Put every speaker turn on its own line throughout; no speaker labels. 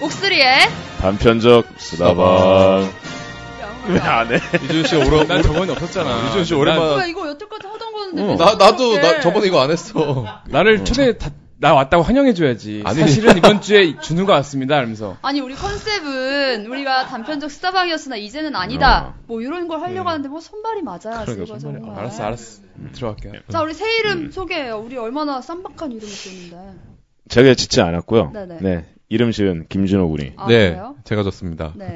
목소리에
단편적 수다방. 왜
아,
안
네.
해?
이준 씨 오래 난 저번에 없었잖아.
이준 씨 오랜만에.
뭐야 이거 여태까지 하던 건데
어.
왜
나 나도 나
이렇게.
저번에 이거 안 했어.
나를 초대 다, 나 왔다고 환영해줘야지.
아니.
사실은 이번 주에 준우가 왔습니다. 이러면서
아니 우리 컨셉은 우리가 단편적 수다방이었으나 이제는 아니다 뭐 이런 걸 하려고 하는데 뭐 손발이 맞아야지 이거 정말
어, 알았어 알았어 들어갈게요.
자 우리 새 이름 소개해요 우리 얼마나 쌈박한 이름을 지었는데
제가 짓지 않았고요.
네네.
네. 이름 지은 김준호 군이.
아
네,
그래요?
제가 졌습니다.
네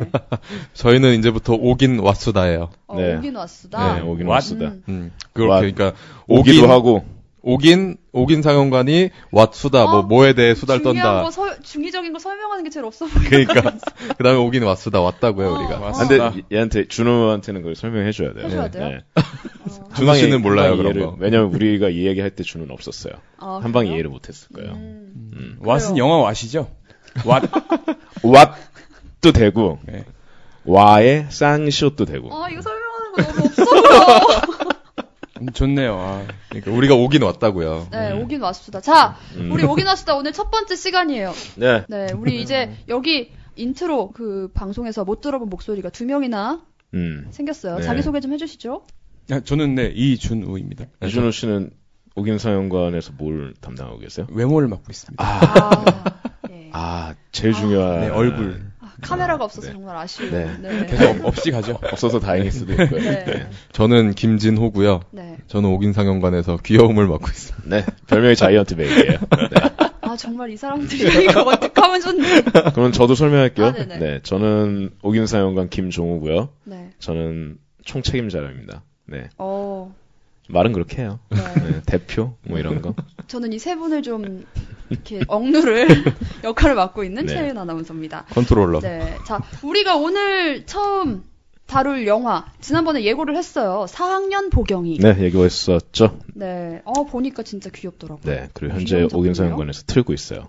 저희는 이제부터 오긴 왓수다예요.
어,
네.
오긴 왔수다
네, 오긴
왓?
왔습니다.
음.
음,
왓.
그렇게 그러니까
오기도
오긴-
하고.
오긴 오긴 상영관이 왓수다
어,
뭐 뭐에 대해 수다를
중요한
떤다.
거 설- 중의적인 거 설명하는 게 제일 없어 보여
그러니까 그다음에 오긴 왓수다 왔다고요
어.
우리가.
아.
아, 근데
왔습니다.
얘한테 준호한테는 그걸 설명해 줘야 돼요. 네.
해줘야 돼요?
준호 씨는 몰라요
한방
그런
이해를-
거.
왜냐면 우리가 이 얘기 할때 준호는 없었어요.
아,
한 방
그래요?
이해를 못했을 거예요.
음.
왓은
그래요.
영화 왓이죠. 왓
왓도 되고
네.
와의 쌍시옷도 되고.
아 이거 설명하는 거 너무 없어 보여
음, 좋네요. 아,
그러니까 우리가 오긴 왔다고요.
네 오긴 왔수다 자
음.
우리 오긴 왔수다 오늘 첫 번째 시간이에요
네.
네, 우리 이제 여기 인트로 그 방송에서 못 들어본 목소리가 두 명이나
음.
생겼어요.
네.
자기 소개 좀 해주시죠.
아, 저는 네 이준우입니다.
이준호 씨는 오김상영관에서 뭘 담당하고 계세요?
외모를 맡고 있습니다.
아, 예.
아, 제일 중요한
네, 얼굴
아, 카메라가 없어서
네.
정말 아쉬운.
네.
네.
계속
네.
없- 없이 가죠.
없어서 다행일 수도 있고요.
네.
네.
저는 김진호고요.
네.
저는 오긴 상영관에서 귀여움을 맡고 있습니다.
네. 별명이 자이언트 베이비예요. 네.
아 정말 이 사람들이 이거 어떡하면 좋네.
그럼 저도 설명할게요.
아, 네네.
네. 저는 오김상영관 김종우고요.
네.
저는 총책임자랍니다. 네.
어.
말은 그렇게 해요.
네.
네, 대표 뭐 이런 거.
저는 이 세 분을 좀 이렇게 억누를 역할을 맡고 있는
네.
최윤 아나운서입니다.
컨트롤러.
네. 자, 우리가 오늘 처음 다룰 영화 지난번에 예고를 했어요. 4학년 보경이.
네, 얘기했었죠.
네. 어, 보니까 진짜 귀엽더라고요. 네.
네. 그리고 현재
귀여운
오김상영관에서 틀고 있어요.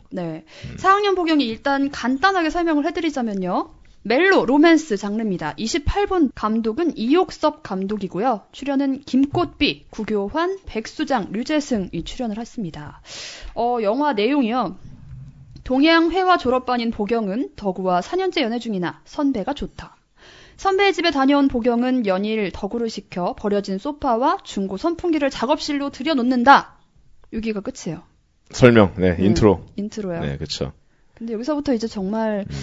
4학년 보경이 네. 일단 간단하게 설명을 해드리자면요. 멜로 로맨스 장르입니다. 28분 감독은 이옥섭 감독이고요. 출연은 김꽃비, 구교환, 백수장, 류재승이 출연을 했습니다. 어, 영화 내용이요. 동양회화 졸업반인 보경은 덕우와 4년째 연애 중이나 선배가 좋다. 선배의 집에 다녀온 보경은 연일 덕우를 시켜 버려진 소파와 중고 선풍기를 작업실로 들여놓는다. 여기가 끝이에요.
설명. 네,
음,
인트로.
인트로요.
네, 그렇죠.
근데 여기서부터 이제 정말
음.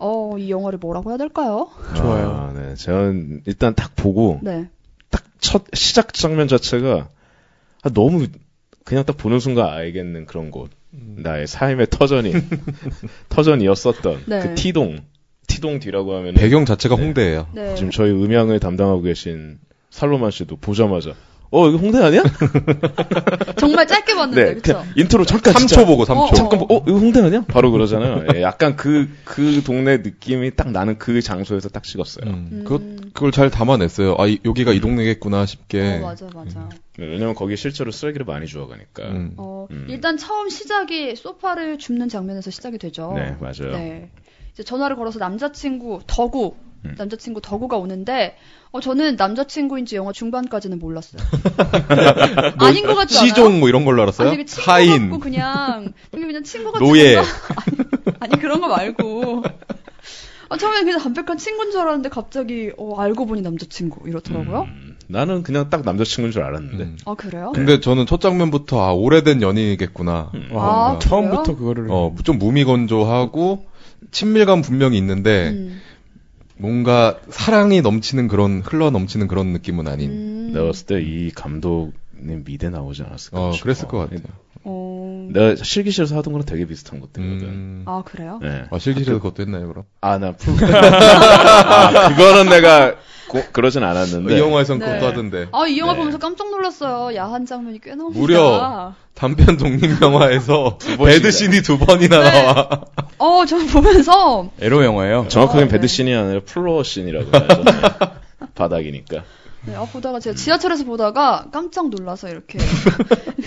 어, 이 영화를 뭐라고 해야 될까요?
좋아요.
아, 네. 저는 일단 딱 보고
네.
딱 첫 시작 장면 자체가 아, 너무 그냥 딱 보는 순간 알겠는 그런 곳.
음.
나의 삶의 터전이 터전이었었던
네.
그 티동 티동 뒤라고 하면
배경 자체가 홍대예요.
네.
지금 저희 음향을 담당하고 계신 살로만 씨도 보자마자 어 이거 홍대 아니야?
정말 짧게 봤는데.
네,
그렇죠?
그냥 인트로 잠깐
3초
진짜
보고 3초.
어,
잠깐 보고, 어 이거 홍대 아니야? 바로 그러잖아요. 예, 약간 그 그 동네 느낌이 딱 나는 그 장소에서 딱 찍었어요.
음, 그것- 그걸 잘 담아냈어요. 아, 이- 여기가 이 동네겠구나 싶게.
어, 맞아 맞아.
네, 왜냐면 거기 실제로 쓰레기를 많이 주워가니까.
음.
어,
음.
일단 처음 시작이 소파를 줍는 장면에서 시작이 되죠.
네 맞아요.
어. 네. 이제 전화를 걸어서 남자친구 덕우
음.
남자친구 덕우가 오는데 어 저는 남자친구인지 영화 중반까지는 몰랐어요. 아닌 것 같지 않아요?
시종 뭐 이런 걸로 알았어요?
아니 그 친구 같고
하인,
그냥 되게 그냥 친구 같은
노예.
건가? 아니 그런 거 말고 아, 처음에 그냥 담백한 친구인 줄 알았는데 갑자기 어, 알고 보니 남자친구 이렇더라고요.
음, 나는 그냥 딱 남자친구인 줄 알았는데.
음.
아 그래요?
근데 저는 첫 장면부터 아 오래된 연인이겠구나.
음.
와,
아, 그래요?
처음부터 그거를
어, 좀 무미건조하고 친밀감 분명히
네.
있는데
음.
뭔가 사랑이 넘치는 그런 흘러 넘치는 그런 느낌은
네.
아닌.
음.
내가 봤을 때 이 감독님 미대 나오지 않았을까?
어,
싶어.
그랬을 것 같아요.
어...
내가 실기실에서 하던 거랑 되게 비슷한 것들이거든.
음.
아 그래요?
네.
아, 실기실에서 그것도 했나요, 그럼?
아, 나 풀. 아, 그거는 내가 고- 그러진 않았는데.
이 영화에선
네.
그것도 하던데.
아 이 영화
네.
보면서 깜짝 놀랐어요. 야한 장면이 꽤 나옵니다.
무려. 단편 독립 영화에서
번씩이나.
배드신이 두 번이나
네.
나와.
어, 저 보면서
에로 영화예요.
정확하게
아,
는
네.
배드신이 아니라 플로어신이라고 해야죠. 네. 바닥이니까.
네, 아, 보다가
음.
제가 지하철에서 보다가 깜짝 놀라서 이렇게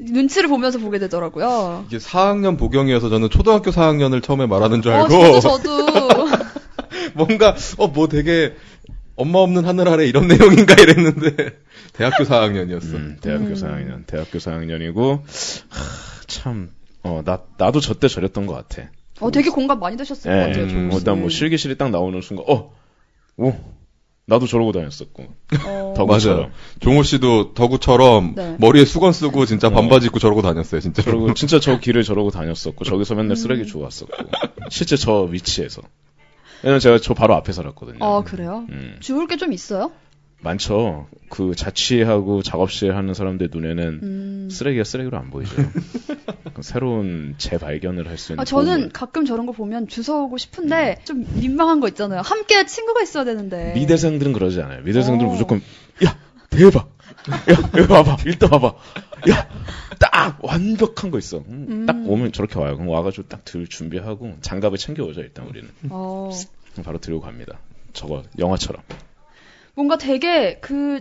눈치를 보면서 보게 되더라고요. 어,
이게 4학년 보경이어서 저는 초등학교 4학년을 처음에 말하는 줄
어, 저도
알고
저도
뭔가 어 뭐 되게 엄마 없는 하늘 아래 이런 내용인가 이랬는데 대학교 4학년이었어.
음, 대학교
음.
4학년. 대학교 4학년이고, 참, 어, 나, 나도 저때 저랬던 것 같아.
어, 되게 공감 많이 되셨을 것
예,
같아요.
음,
조금.
일단 뭐 실기실이 딱 나오는 순간, 어, 오, 나도 저러고 다녔었고.
어,
더- 그렇죠.
맞아요.
덕우처럼.
종호 씨도 덕우처럼
네.
머리에 수건 쓰고 진짜
네.
반바지 입고 어. 저러고 다녔어요, 진짜.
저러고 진짜 저 길을 저러고 다녔었고 저기서
음.
맨날 쓰레기 주워 왔었고 실제 저 위치에서 왜냐면 제가 저 바로 앞에 살았거든요.
아, 그래요?
음,
주울 게 좀 있어요?
많죠. 그 자취하고 작업실 하는 사람들 눈에는
음.
쓰레기가 쓰레기로 안 보이죠. 그 새로운 재발견을 할 수 있는.
아, 저는
도움을.
가끔 저런 거 보면 주워오고 싶은데 좀 민망한 거 있잖아요. 함께 친구가 있어야 되는데.
미대생들은 그러지 않아요. 미대생들은
어.
무조건 야 대박. 야 여기 와봐. 일단 와봐. 야 딱 완벽한 거 있어. 음,
음.
딱 오면 저렇게 와요. 그럼 와가지고 딱 들 준비하고 장갑을 챙겨오죠. 일단 우리는.
어,
바로 들고 갑니다. 저거 영화처럼.
뭔가 되게 그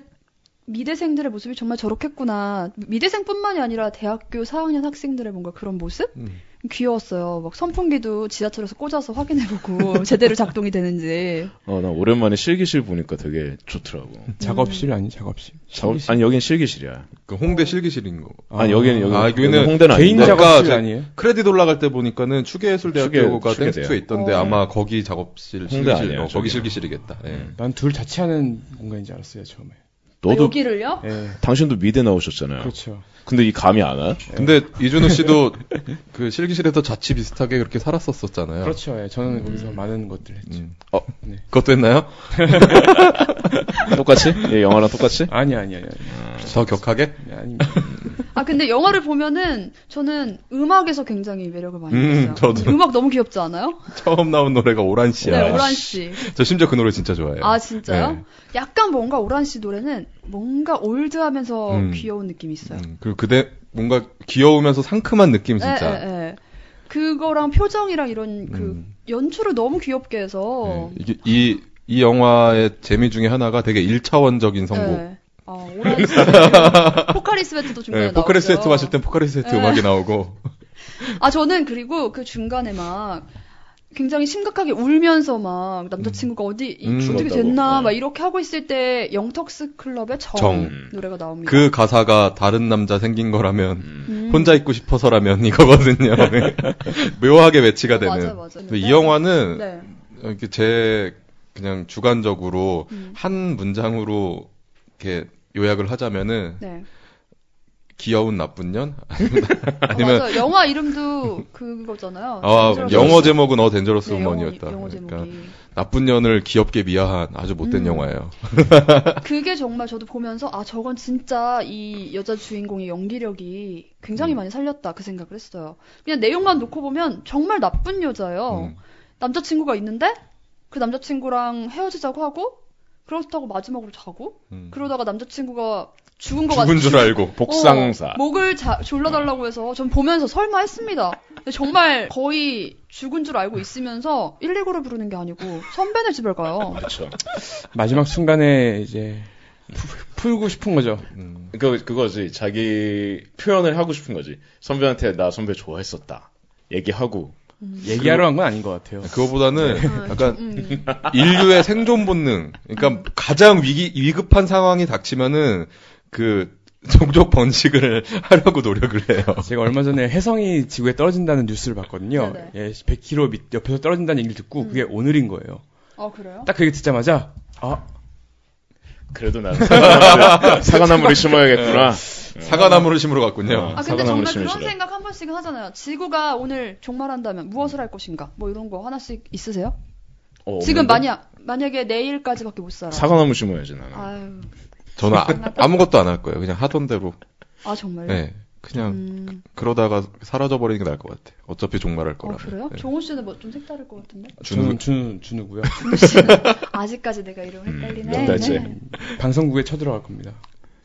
미대생들의 모습이 정말 저렇겠구나. 미대생뿐만이 아니라 대학교 4학년 학생들의 뭔가 그런 모습?
음.
귀여웠어요. 막 선풍기도 지하철에서 꽂아서 확인해보고 제대로 작동이 되는지.
어, 나 오랜만에 실기실 보니까 되게 좋더라고.
작업실 아니 작업실.
작업-
실기실.
아니 여긴 실기실이야.
그 홍대 실기실인 거.
아, 니 여기는 여기
아, 여기는
홍대는
개인
아닌데.
작업-
작업실
그러니까
아니에요?
크레딧 올라갈 때 보니까는 추계예술대학교가
추계-
땡스에
추계대요.
있던데
어.
아마 거기 작업실
홍대
실기실
아니에요,
어, 거기
저기요.
실기실이겠다. 예.
난 둘 자취하는 공간인 줄 알았어요 처음에.
아,
너도
여기를요?
예.
당신도 미대 나오셨잖아요.
그렇죠.
근데 이 감이 안 와?
근데 이준호 씨도 그 실기실에서 자취 비슷하게 그렇게 살았었었잖아요.
그렇죠. 예. 저는 거기서 많은 것들 했죠.
네. 음.
네.
그것도 했나요?
똑같이? 예, 영화랑 똑같이?
아니 아니 아니
더 격하게?
아니. 아닙니다.
아, 근데 영화를 보면은 저는 음악에서 굉장히 매력을 많이
음,
느꼈어요.
저도.
음악 너무 귀엽지 않아요?
처음 나온 노래가 오란 씨야.
네, 오란 씨.
저 심지어 그 노래 진짜 좋아해요.
아 진짜요?
네.
약간 뭔가 오란 씨 노래는 뭔가 올드하면서
음.
귀여운 느낌이 있어요.
음, 그리고 그대 뭔가 귀여우면서 상큼한 느낌 진짜.
예, 예, 예. 그거랑 표정이랑 이런 그
음.
연출을 너무 귀엽게 해서 예.
네, 이게 이, 이 영화의 재미 중에 하나가 되게 1차원적인 선곡.
예. 아, 오란 씨 포카리 스웨트도 중간에
네,
나오죠.
포카리 스웨트 마실 땐 포카리 스웨트
네.
음악이 나오고.
아 저는 그리고 그 중간에 막 굉장히 심각하게 울면서 막 남자친구가 어디 이-
음,
어떻게
그렇다고.
됐나
네.
막 이렇게 하고 있을 때 영턱스 클럽의 정,
정.
노래가 나옵니다.
그 가사가 다른 남자 생긴 거라면
음. 네.
혼자 있고 싶어서라면 이거거든요. 네. 묘하게 매치가 되는.
맞아 맞아.
근데 이 영화는
네.
이렇게 제 그냥 주관적으로
음.
한 문장으로 이렇게 요약을 하자면은
네.
귀여운 나쁜 년
아니면 어, 맞아. 영화 이름도 그거잖아요.
아,
덴저러스
영어
우먼.
제목은 어 덴저러스
네,
우먼이었다.
영어, 영어 제목이.
그러니까 나쁜 년을 귀엽게 미화한 아주 못된
음.
영화예요.
그게 정말 저도 보면서 아 저건 진짜 이 여자 주인공의 연기력이 굉장히 많이 살렸다 그 생각을 했어요. 그냥 내용만 놓고 보면 정말 나쁜 여자예요.
음.
남자친구가 있는데 그 남자친구랑 헤어지자고 하고 그렇다고 마지막으로 자고
음.
그러다가 남자친구가 죽은 거
죽은 줄 알고.
복상사.
어, 목을 자- 졸라달라고 해서 전 보면서 설마 했습니다. 근데 정말 거의 죽은 줄 알고 있으면서 119를 부르는 게 아니고 선배네 집을 가요.
그렇죠.
마지막 순간에 이제 푸- 풀고 싶은 거죠.
음.
그 그거지. 자기 표현을 하고 싶은 거지. 선배한테 나 선배 좋아했었다. 얘기하고.
얘기하러 간 건 아닌 것 같아요.
네.
그거보다는 약간
음.
인류의 생존 본능. 그러니까 가장 위기 위급한 상황이 닥치면은 그 종족 번식을 하려고 노력을 해요.
제가 얼마 전에 혜성이 지구에 떨어진다는 뉴스를 봤거든요.
네네.
예, 100km 밑 옆에서 떨어진다는 얘기를 듣고
음.
그게 오늘인 거예요.
아 그래요?
딱 그 얘기 듣자마자 아
그래도 나는 사과나무를, 사과나무를 심어야겠구나.
사과나무를 심으러 갔군요.
네. 아 근데
사과나무를
정말
심으시라.
그런 생각 한 번씩은 하잖아요. 지구가 오늘 종말한다면 무엇을 할 것인가? 뭐 이런 거 하나씩 있으세요?
어,
지금
없는데?
만약 만약에 내일까지밖에 못 살아.
사과나무 심어야지 나는.
아유,
저는 아, 무것도 안 할 거예요. 그냥 하던 대로.
아 정말요?
네. 그냥
음,
그러다가 사라져 버리는 게 나을 것 같아. 요 어차피 종말할 네.
어
거라.
그래요?
네.
종호 씨는 뭐 좀 색다를 것 같은데?
준우 준우 준우고요.
종호 씨는 아직까지 내가 이름
음,
헷갈리네.
몇 달째.
네.
방송국에 쳐들어갈 겁니다.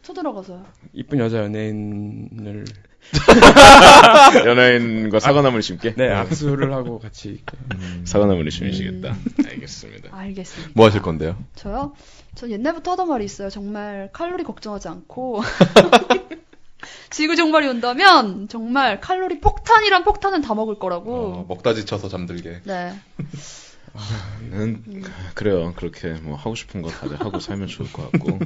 쳐들어가서요.
이쁜 여자 연예인을
연예인과 사과나무를 심게.
네 악수를 하고 같이 이렇게.
사과나무를 심으시겠다.
음.
알겠습니다.
알겠습니다.
뭐 하실 건데요?
저요? 전 옛날부터 하던 말이 있어요. 정말 칼로리 걱정하지 않고 지구 종말이 온다면 정말 칼로리 폭탄이란 폭탄은 다 먹을 거라고.
아.
어, 먹다 지쳐서 잠들게.
네.
음, 그래요. 그렇게 뭐 하고 싶은 거 다들 하고 살면 좋을 것 같고.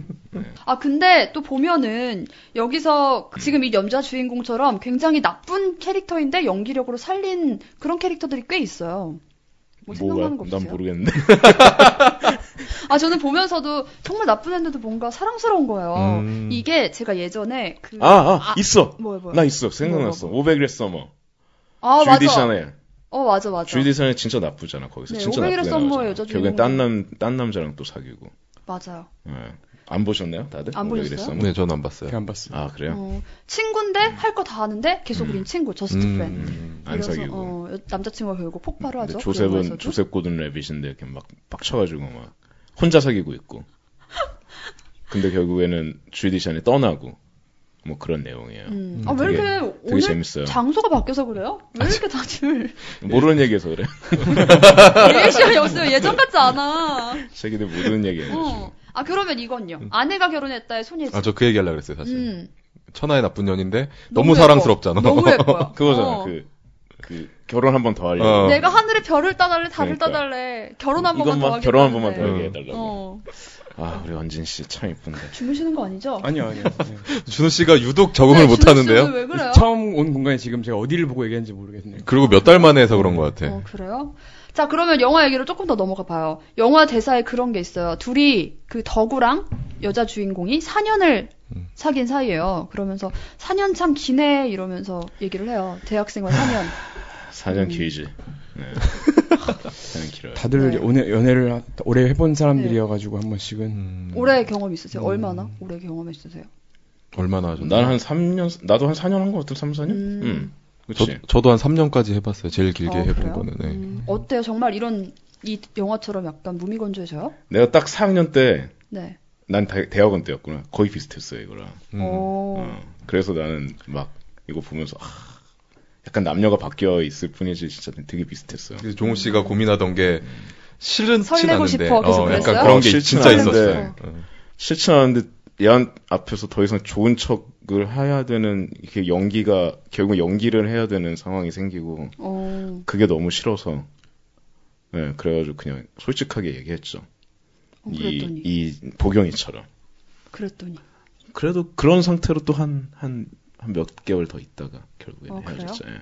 아, 근데 또 보면은 여기서 지금 이 염자 주인공처럼 굉장히 나쁜 캐릭터인데 연기력으로 살린 그런 캐릭터들이 꽤 있어요. 뭐 생각나는 거
난
없으세요?
모르겠는데.
아, 저는 보면서도 정말 나쁜 애인데도 뭔가 사랑스러운 거예요.
음.
이게 제가 예전에 그
아, 아,
아,
있어.
뭐야 뭐야.
나 있어. 생각났어. 500일의 서머.
아, 맞아.
주디 샤넬.
어, 맞아 맞아.
주디 샤넬 진짜 나쁘잖아. 거기서
네,
진짜
500일의
나쁘게
썸머의 뭐?
나오잖아.
여자 주인공.
결국엔 딴남딴 남자랑 또 사귀고.
맞아요.
예. 안 보셨나요, 다들?
안
500일의
보셨어요?
서머?
네, 전 안 봤어요.
안 봤어요.
아, 그래요?
어, 친구인데 할 거 다 하는데 계속 우린 친구 저스트
음.
팬.
음, 안
그래서,
사귀고.
어, 여- 남자친구가 결국 폭발을
근데
하죠.
네, 조셉은
영화에서도.
조셉 고든 레빗인데 이렇게 막 빡쳐가지고 막 혼자 사귀고 있고. 근데 결국에는 주디 샤넬 떠나고 뭐 그런 내용이에요.
음.
음,
아, 왜
되게-
이렇게
되게
오늘
재밌어요. 아,
장소가 바뀌어서 그래요? 왜 이렇게 다들
모르는 얘기해서 그래.
리액션이 없어요? 예전 같지 않아.
자기들 모르는 얘기해.
어. 아 그러면 이건요.
음.
아내가 결혼했다의 손예진.
아, 저 그 얘기 하려고 그랬어요, 사실.
음.
천하의 나쁜 년인데 너무,
예뻐.
사랑스럽잖아.
너무 예뻐요.
그거잖아.
어.
그, 그 결혼 한 번 더 하려고.
어.
내가 하늘에 별을 따달래, 달을
그러니까.
따달래. 결혼 한 번만 더
이것만
하겠다.
결혼 한 번만 더
네.
얘기해 달라고.
어.
아 우리 원진 씨 참 이쁜데.
주무시는 거 아니죠?
아니요, 아니요. 네.
준호 씨가 유독
네,
적응을 못 하는데요.
왜 그래요?
처음 온 공간에 지금 제가 어디를 보고 얘기했는지 모르겠네요.
그리고 몇 달 만에 해서 그런 것
네.
같아.
어, 그래요? 자, 그러면 영화 얘기로 조금 더 넘어가 봐요. 영화 대사에 그런 게 있어요. 둘이 그 덕우랑 여자 주인공이 4년을
음.
사귄 사이예요. 그러면서 4년 참 기네 이러면서 얘기를 해요. 대학생활 4년.
4년
음.
길지. 네. 4년 길어요.
다들
네.
연애, 연애를 하- 오래 해본 사람들이어가지고 한 번씩은
음,
올해 경험 있으세요?
음.
얼마나 올해 경험 있으세요?
얼마나 하셨나요?
난한 3년, 나도 한 4년 한 것 같은 3, 4년?
음.
음.
저,
그치.
저도 한 3년까지 해봤어요. 제일 길게
어,
해본
그래요?
거는. 네.
음, 어때요? 정말 이런 이 영화처럼 약간 무미건조해져요?
내가 딱 4학년 때,
네.
난 대, 대학원 때였구나. 거의 비슷했어요, 이거랑.
음.
오.
어. 그래서 나는 막, 이거 보면서, 아, 약간 남녀가 바뀌어 있을 뿐이지, 진짜 되게 비슷했어요.
그래서 종우 씨가 고민하던 게 싫은 친
설레고
않은데
싶어 계속
어,
그랬어요? 네.
약간 그런 게
어,
진짜
싫진 않은데.
있었어요. 어.
싫지 않은데, 얘한 앞에서 더 이상 좋은 척을 해야 되는, 이게 연기가, 결국 연기를 해야 되는 상황이 생기고,
어.
그게 너무 싫어서, 예, 그래가지고 그냥 솔직하게 얘기했죠.
어,
이,
그랬더니
이 보경이처럼.
그랬더니
그래도 그런 상태로 또 한, 한, 한 몇 개월 더 있다가 결국에
어,
는
그래요?
헤어졌죠. 예.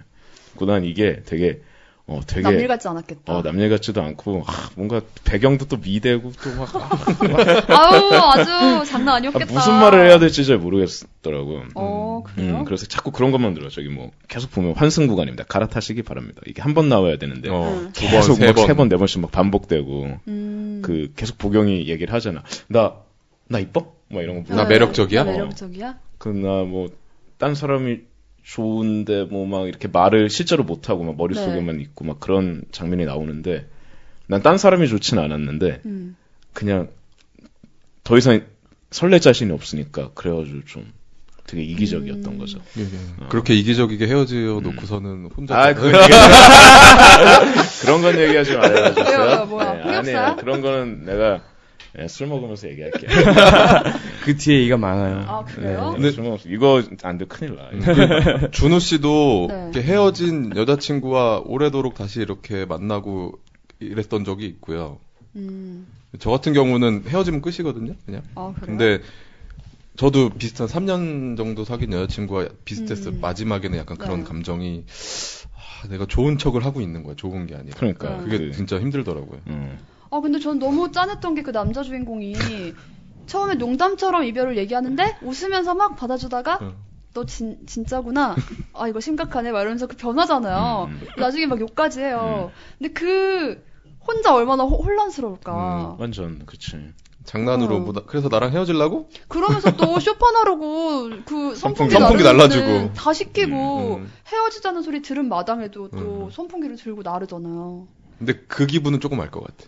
그난 이게 되게, 어, 되게.
남일 같지 않았겠다.
어, 남녀 같지도 않고, 아, 뭔가 배경도 또 미대고, 또 막, 아,
아우 아주 장난 아니었겠다.
무슨 말을 해야 될지 잘 모르겠더라고.
어 그래요?
음, 그래서 자꾸 그런 것만 들어. 저기 뭐, 계속 보면 환승 구간입니다. 갈아타시기 바랍니다. 이게 한 번 나와야 되는데.
네.
어, 두 번,
계속
세
막
번.
세 번, 네 번씩 막 반복되고,
음.
그, 계속 보경이 얘기를 하잖아. 나, 나 이뻐? 뭐 이런 거.
나
어,
보고.
매력적이야?
나 매력적이야?
그나 뭐 딴 사람이 좋은데 뭐 막 이렇게 말을 실제로 못 하고 막
네.
머릿속에만 있고 막 그런 장면이 나오는데 난 딴 사람이 좋진 않았는데
음.
그냥 더 이상 설렐 자신이 없으니까 그래가지고 좀 되게 이기적이었던
음.
거죠.
예, 예. 그렇게 이기적이게 헤어져 놓고서는 혼자
아, 그건 얘기 그런 건 얘기하지
왜요?
말아주세요.
네,
네,
뭐야? 흑역사?
아니에요. 그런 거는 내가 예, 술 먹으면서 얘기할게요.
그 뒤에 얘기가 많아요.
아 그래요?
네, 술 먹으면서. 이거 안 돼 큰일 나. 이거.
그러니까 준우 씨도
네.
이렇게 헤어진 여자친구와 오래도록 다시 이렇게 만나고 이랬던 적이 있고요.
음.
저 같은 경우는 헤어지면 끝이거든요, 그냥.
아 그래요?
근데 저도 비슷한 3년 정도 사귄 여자친구와 비슷했어요.
음.
마지막에는 약간 그런
네.
감정이 아, 내가 좋은 척을 하고 있는 거야. 좋은 게 아니라.
그러니까
그게
그-
진짜 힘들더라고요.
음.
아 근데 전 너무 짠했던 게 그 남자 주인공이 처음에 농담처럼 이별을 얘기하는데 웃으면서 막 받아주다가
응.
너 진, 진짜구나. 아, 이거 심각하네. 막 이러면서 그 변하잖아요.
음.
나중에 막 욕까지 해요. 근데 그, 혼자 얼마나 호- 혼란스러울까.
음, 완전 그치.
장난으로
어.
뭐 나- 그래서 나랑 헤어질라고?
그러면서 또 쇼파나르고 그 선풍기, 나르는데
선풍기 날라주고.
다 시키고
음.
헤어지자는 소리 들은 마당에도 또
음.
선풍기를 들고 나르잖아요.
근데 그 기분은 조금 알 것 같아.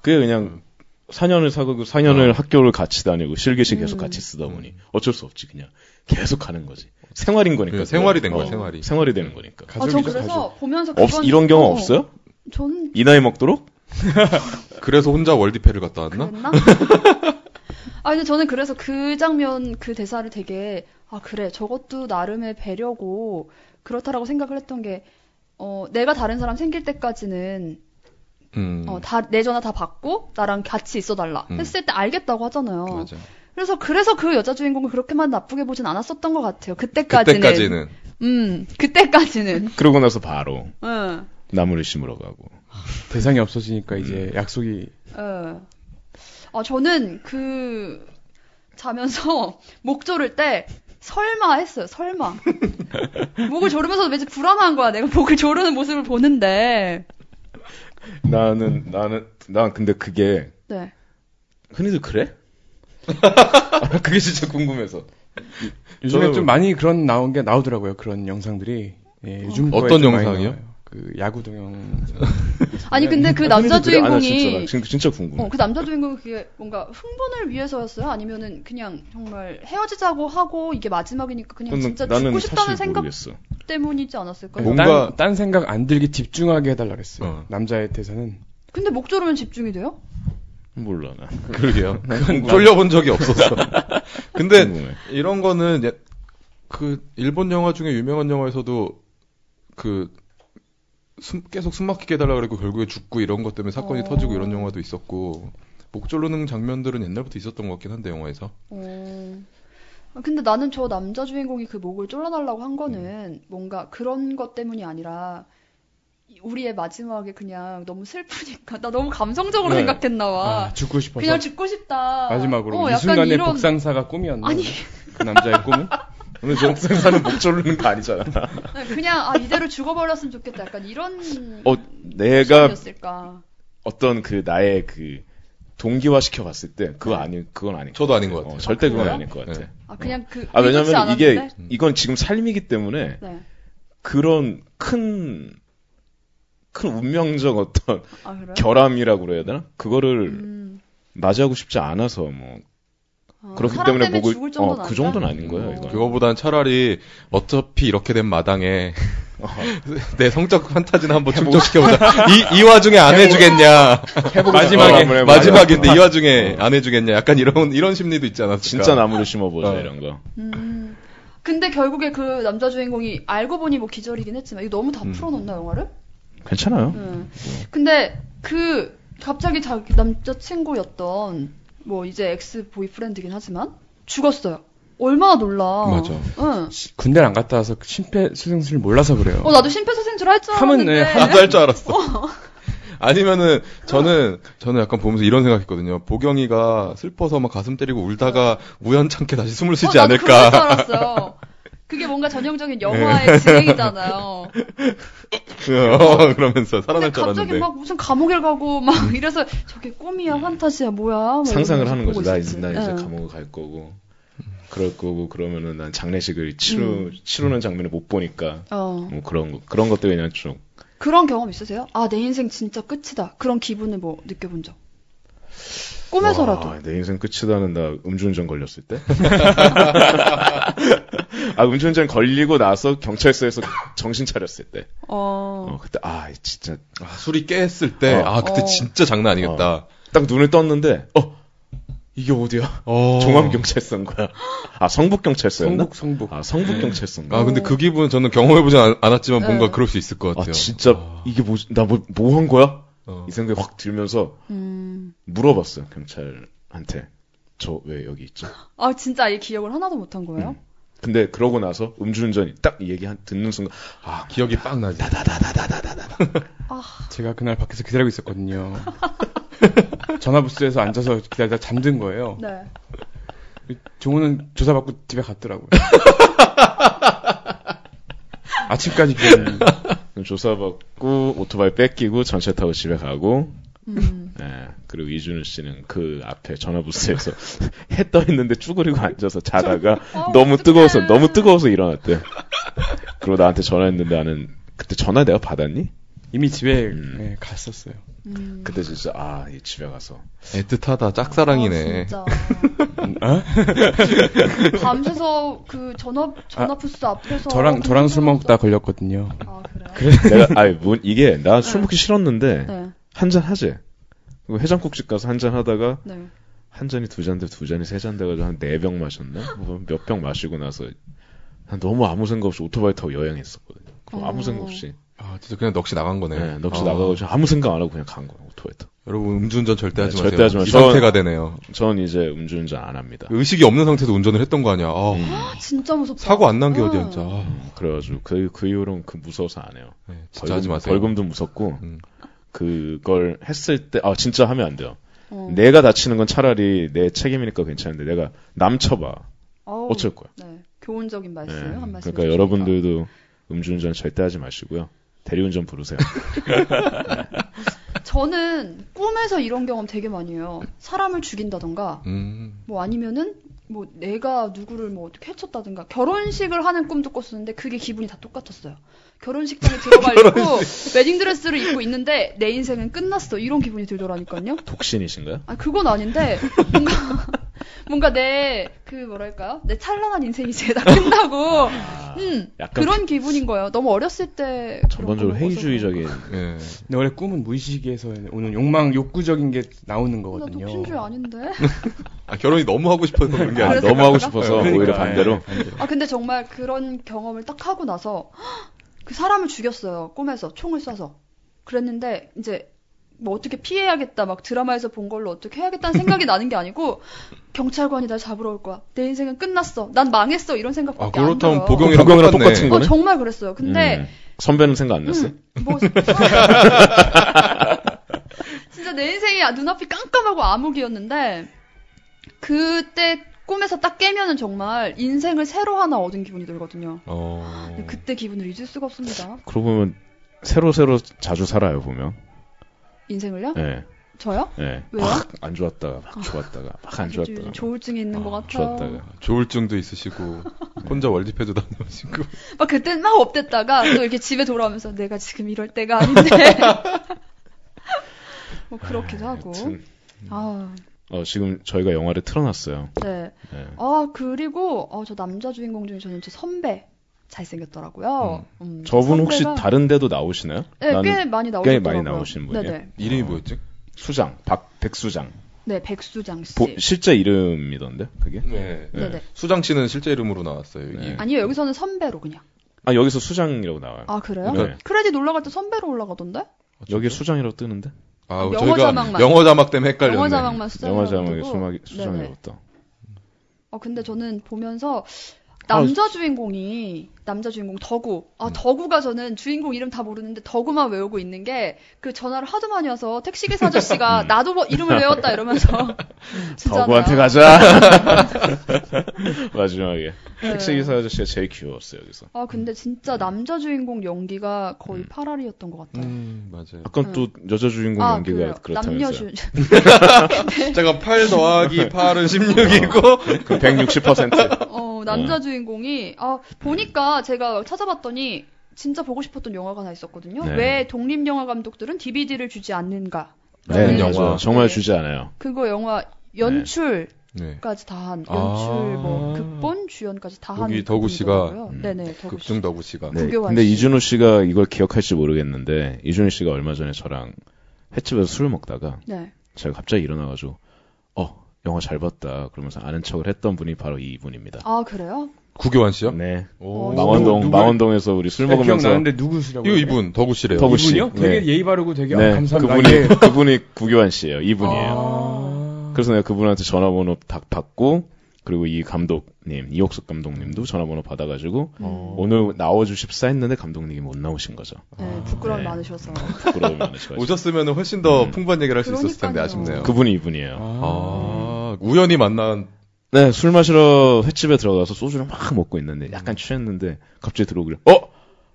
그게 그냥 4년을 사고 4년을 학교를 같이 다니고 실기시 계속
아. 음.
같이 쓰다 보니 어쩔 수 없지 그냥 계속 가는 거지 생활인 거니까
네, 생활이
그거.
된 거야, 생활이.
생활이 되는 거니까
아, 저 그래서 보면서
없,
그건-
이런 경우
어,
없어요?
저는
이 나이 먹도록?
그래서 혼자 월드페를 갔다 왔나?
그랬나? 아 근데 저는 그래서 그 장면 그 대사를 되게 아 그래 저것도 나름의 배려고 그렇다라고 생각을 했던 게 어, 내가 다른 사람 생길 때까지는
음.
어, 다, 내 전화 다 받고 나랑 같이 있어달라
음.
했을 때 알겠다고 하잖아요.
맞아.
그래서 그래서 그 여자 주인공을 그렇게만 나쁘게 보진 않았었던 것 같아요. 그때까지는.
그때까지는
음, 그때까지는. 어,
그러고 나서 바로
응,
나무를 심으러 가고.
대상이 없어지니까 이제
음.
약속이
응. 아 어. 저는 그 자면서 목 조를 때 설마 했어요. 설마. 목을 조르면서 왠지 불안한 거야. 내가 목을 조르는 모습을 보는데.
나는 나는 난 근데 그게
네.
흔히들 그래? 아, 그게 진짜 궁금해서.
요즘에
저는-
좀 많이 그런 나온 게 나오더라고요. 그런 영상들이. 예, 요즘
어떤
거에 좀 많이
영상이요?
나와요. 그 야구 동영.
아니 근데 그
아,
남자
흔히들 그래? 아, 나
주인공이
진짜, 나 진짜 궁금해.
어, 그 남자 주인공은 그게 뭔가 흥분을 위해서였어요? 아니면은 그냥 정말 헤어지자고 하고 이게 마지막이니까 그냥
그건
진짜
나는
죽고 싶다는
사실
생각
모르겠어.
때문이지 않았을까요?
네. 뭔가-
딴, 딴 생각 안 들게 집중하게 해달라 그랬어요.
어.
남자의 대사는.
근데 목 조르면 집중이 돼요?
몰라 나.
그러게요. 그건 음. 돌려본 네. 뭐 적이 없어서. 근데
궁금해.
이런 거는 예- 그 일본 영화 중에 유명한 영화에서도 그 숨- 계속 숨막히게 해달라 그랬고 결국에 죽고 이런 것 때문에 사건이
어.
터지고 이런 영화도 있었고 목 조르는 장면들은 옛날부터 있었던 것 같긴 한데 영화에서
어. 아, 근데 나는 저 남자 주인공이 그 목을 졸라달라고 한 거는 뭔가 그런 것 때문이 아니라 이- 우리의 마지막에 그냥 너무 슬프니까 나 너무 감성적으로
네.
생각했나 봐.
아, 죽고 싶어서.
그냥 죽고 싶다.
마지막으로
어,
이
약간
순간의
이런-
복상사가 꿈이었나?
아니.
그 남자의 꿈은?
오늘 저 생사는 목 조르는 거 아니잖아.
네, 그냥 아 이대로 죽어버렸으면 좋겠다. 약간 이런
어, 내가
시간이었을까.
어떤 그 나의 그 동기화 시켜 봤을 때 그거 아니 그건 네. 아닌.
저도 아닌
것
것
같아.
같아요.
어, 절대 그건
그래요?
아닐 것 같아.
네.
아 그냥 그
아
의도치
왜냐면 이게
않았는데?
이건 지금 삶이기 때문에
네.
그런 큰, 큰 운명적 어떤
아 그래요?
결함이라고 그래야 되나? 그거를
음.
맞이하고 싶지 않아서 뭐
아,
그렇기
사람
때문에 목을
죽을 정도는
어,
아니다?
그 정도는 아닌 거예요.
어.
네.
이건.
그거보단 차라리 어차피 이렇게 된 마당에
어,
내 성적 판타지나 한번 충족시켜보자. 이, 이 와중에 안 해주겠냐. 뭐. 마지막에,
어, 그래,
마지막인데 이 와중에 안 해주겠냐. 약간 이런, 이런 심리도 있지 않았을까.
진짜 나무를 심어보자
어.
이런 거.
음. 근데 결국에 그 남자 주인공이 알고 보니 뭐 기절이긴 했지만 이거 너무 다
음.
풀어놓나 영화를?
괜찮아요.
음. 근데 그 갑자기 자기 남자친구였던 뭐 이제 엑스 보이프렌드긴 하지만 죽었어요. 얼마나 놀라.
맞아.
응.
군대를 안 갔다 와서 심폐소생술을 몰라서 그래요.
어 나도 심폐소생술 할 줄
하면,
알았는데.
네,
나도 할줄 알았어. 아니면은 저는 저는 약간 보면서 이런 생각했거든요. 보경이가 슬퍼서 막 가슴 때리고 울다가 우연찮게 다시 숨을 쉬지
어, 나도 그럴 줄
않을까.
알았어요. 그게 뭔가 전형적인 영화의 진행이잖아요.
어, 그러면서
근데
살아날
갑자기 뭐-
줄 알았는데.
막 무슨 감옥에 가고 막 이래서 저게 꿈이야, 판타지야, 뭐야? 막
상상을
이러면서
하는
보고
거지. 나 이제
있었지.
나 이제
예.
감옥을 갈 거고 그럴 거고 그러면은 난 장례식을 치루
음.
치르는 장면을 못 보니까
어.
뭐 그런 거 그런 것 때문에 그냥 좀
그런 경험 있으세요? 아, 내 인생 진짜 끝이다. 그런 기분을 뭐 느껴본 적? 꿈에서라도.
와, 내 인생 끝이다는 나 음주운전 걸렸을 때? 아, 음주운전 걸리고 나서 경찰서에서 정신 차렸을 때.
어.
어, 그때, 아, 진짜.
아, 술이 깨했을 때,
어.
아, 그때
어.
진짜 장난 아니겠다.
딱 눈을 떴는데, 어! 이게 어디야?
어.
종암경찰서인 거야. 아, 성북경찰서였나?
성북, 성북.
아, 성북경찰서인 거야.
아, 근데 그 기분 저는 경험해보진 않- 않았지만 뭔가
네.
그럴 수 있을 것
아,
같아요.
진짜, 이게 뭐, 나 뭐, 뭐 한 거야?
어.
이 생각이 확 들면서
음.
물어봤어요, 경찰한테. 저 왜 여기 있죠?
아, 진짜 아예 기억을 하나도 못한 거예요?
음. 근데 그러고 나서 음주운전이 딱 이 얘기 한, 듣는 순간, 아,
기억이 빡 나지.
제가 그날 밖에서 기다리고 있었거든요. 전화부스에서 앉아서 기다리다 잠든 거예요.
네.
종호는 조사받고 집에 갔더라고요. 아침까지 기다리는.
그럼 조사받고 오토바이 뺏기고 전철 타고 집에 가고
음.
예, 그리고 이준우 씨는 그 앞에 전화부스에서 해 떠 있는데 쭈그리고 앉아서 자다가
어,
너무
어떡해.
뜨거워서 너무 뜨거워서 일어났대. 그리고 나한테 전화했는데 나는 그때 전화 내가 받았니?
이미 집에
음.
예, 갔었어요.
음.
그때 진짜 아이 집에 가서
애틋하다,
아,
짝사랑이네.
진짜. 밤새서 그 전화 전화 부스 앞에서
저랑 저랑 술 먹다 걸렸거든요.
아 그래.
내가 아이 문 이게 나 술 먹기 싫었는데
네.
한 잔 하재. 그리고 해장국집 가서 한 잔 하다가
네.
한 잔이 두 잔데 두 잔이 세 잔 돼가지고 한 네 병 마셨나? 몇 병 마시고 나서 난 너무 아무 생각 없이 오토바이 타고 여행했었거든요. 그럼
어.
아무 생각 없이
아, 진짜 그냥 넋이 나간 거네.
네, 넋이
아,
나가고 저 아무 생각 안 하고 그냥 간 거예요. 오토에다.
여러분 음주운전
네,
절대 하지 마세요.
절대 하지 마세요.
이
저-
상태가 되네요.
전 이제 음주운전 안 합니다.
그 의식이 없는 상태에서 운전을 했던 거 아니야. 아,
음.
진짜 무섭다. 네.
사고 안 난 게 어디야
응.
진짜. 아,
그래가지고 그, 그 이후로는 그 무서워서 안 해요.
네, 진짜 하지 마세요.
벌금도 무섭고
음.
그걸 했을 때 아 진짜 하면 안 돼요.
어.
내가 다치는 건 차라리 내 책임이니까 괜찮은데 내가 남 쳐봐
어우,
어쩔 거야.
네. 교훈적인 말씀
예.
한 말씀.
그러니까 여러분들도 음주운전 절대 하지 마시고요. 대리운전 부르세요.
저는 꿈에서 이런 경험 되게 많이 해요. 사람을 죽인다던가
음.
뭐 아니면은 뭐 내가 누구를 뭐 어떻게 해쳤다든가 결혼식을 하는 꿈도 꿨었는데 그게 기분이 다 똑같았어요. 결혼식장에 들어가려고 웨딩 드레스를 입고 있는데 내 인생은 끝났어 이런 기분이 들더라니까요.
독신이신가요?
아 그건 아닌데 뭔가 뭔가 내 그 뭐랄까요 내 찬란한 인생이 이제 다 끝나고
아,
음
약간
그런 기분인 거예요. 너무 어렸을 때 그런 아,
전반적으로
거 먹어서
회의주의적인
예.
근데 원래 꿈은 무의식에서 오는 욕망, 욕구적인 게 나오는
그런가. 나
거거든요.
독신주의 아닌데.
아, 결혼이 너무 하고 싶어서 그런 게
아,
그래서
아니라
그렇죠.
너무 하고
그런가?
싶어서
그러니까,
오히려
예,
반대로
반대로.
아 근데 정말 그런 경험을 딱 하고 나서 헉! 그 사람을 죽였어요 꿈에서 총을 쏴서 그랬는데 이제 뭐 어떻게 피해야겠다 막 드라마에서 본 걸로 어떻게 해야겠다는 생각이 나는 게 아니고 경찰관이 날 잡으러 올 거야 내 인생은 끝났어 난 망했어 이런
아,
생각밖에 안 들어요
그렇다면 보경이랑,
보경이랑 똑같은
똑같네.
거.
어
거네?
정말 그랬어요 근데
음, 선배는 생각 안 났어요?
음, 뭐 진짜 내 인생이 눈앞이 깜깜하고 암흑이었는데 그때 꿈에서 딱 깨면은 정말 인생을 새로 하나 얻은 기분이 들거든요.
어.
근데 그때 기분을 잊을 수가 없습니다.
그러고 보면 새로 새로 자주 살아요 보면.
인생을요?
예,
저요?
예.
왜요?
안 좋았다가 막 좋았다가 막 안
요즘
좋았다가
조울증이 있는 것 같아요.
좋았다가
조울증도 있으시고
네.
혼자 월드패도 다니시고
막 그때 막 업됐다가 또 이렇게 집에 돌아오면서 내가 지금 이럴 때가 아닌데. 뭐 그렇기도 하고.
하여튼,
아,
어, 지금 저희가 영화를 틀어놨어요.
네.
예.
아 그리고 어, 저 남자 주인공 중에 저는 제 선배 잘생겼더라고요. 음,
저분 혹시
선배가-
다른 데도 나오시나요?
네,
나는
꽤 많이 나오셨더라고요.
꽤 많이 나오신 분이에요.
네네.
어.
이름이 뭐였지?
수장, 박 백수장.
네, 백수장 씨.
보- 실제 이름이던데 그게? 예.
네.
네, 네.
수장 씨는 실제 이름으로 나왔어요. 여기.
네.
아니요, 여기서는 선배로 그냥.
아 여기서 수장이라고 나와요.
아, 그래요?
네.
크레딧 올라갈 때 선배로 올라가던데?
여기 수장이라고 뜨는데?
아,
영어
저희가
자막만.
영어 자막 때문에 헷갈렸네.
영어 자막만 수장이라고
영화 자막에
뜨고.
수막이-
네네.
수장이라고 떴다.
어, 근데 저는 보면서
아.
남자 주인공이 남자 주인공 덕우. 아,
음.
덕우가 저는 주인공 이름 다 모르는데 덕우만 외우고 있는 게 그 전화를 하도 많이 와서 택시 기사 아저씨가 나도 뭐 이름을 외웠다 이러면서 진짜
음. 더구한테
나-
가자. 마지막에
네.
택시 기사 아저씨가 제일 귀여웠어요 여기서.
아, 근데 진짜 남자 주인공 연기가 거의
음.
파라리였던 것 같아요.
음, 맞아요.
아까 또 여자 주인공
아,
연기가
그래요.
그렇다면서요.
남녀 주인
제가 8
네.
더하기 8은 16이고
그 160%.
네.
어, 남자 주인공이, 아, 보니까 제가 찾아봤더니, 진짜 보고 싶었던 영화가 하나 있었거든요.
네.
왜 독립영화 감독들은 DVD를 주지 않는가.
네,
남녀
영화
영화.
정말
네.
주지 않아요.
그거 영화 연출까지
네.
다 한, 연출,
아.
뭐, 극본, 주연까지 다 한.
여기 더구 씨가
분이더라고요.
음,
네네, 더구 씨.
극중 더구 씨가
네,
구교환
근데
씨.
이준호 씨가 이걸 기억할지 모르겠는데 이준호 씨가 얼마 전에 저랑 횟집에서 술을 먹다가
네.
제가 갑자기 일어나가지고 어 영화 잘 봤다 그러면서 아는 척을 했던 분이 바로 이 분입니다.
아, 그래요?
구교환 씨요?
네.
어,
망원동
누구-
망원동에서 우리 술
네,
먹으면서
기억나는데 누구시라고?
이거 이분 더구 씨래요.
더구 씨.
이분요? 되게
네.
예의 바르고 되게 아,
네,
감사합니다.
그분이
예.
그분이 구교환 씨예요. 이분이에요.
아.
그래서 내가 그분한테 전화번호 딱 받고 그리고 이 감독님 이옥석 감독님도 전화번호 받아가지고
음.
어.
오늘 나와주십사 했는데 감독님이 못 나오신 거죠.
아,
네, 부끄러움
네.
많으셔서.
부끄러움이 많으셔가지고
오셨으면 훨씬 더 풍부한 얘기를 할 수 있었을 텐데
그러니까요.
음.
아쉽네요.
그분이 이분이에요. 어.
아.
아, 우연히 만난
네, 술 마시러 횟집에 들어가서 소주를 막 먹고 있는데 약간 취했는데 갑자기 들어오길래 어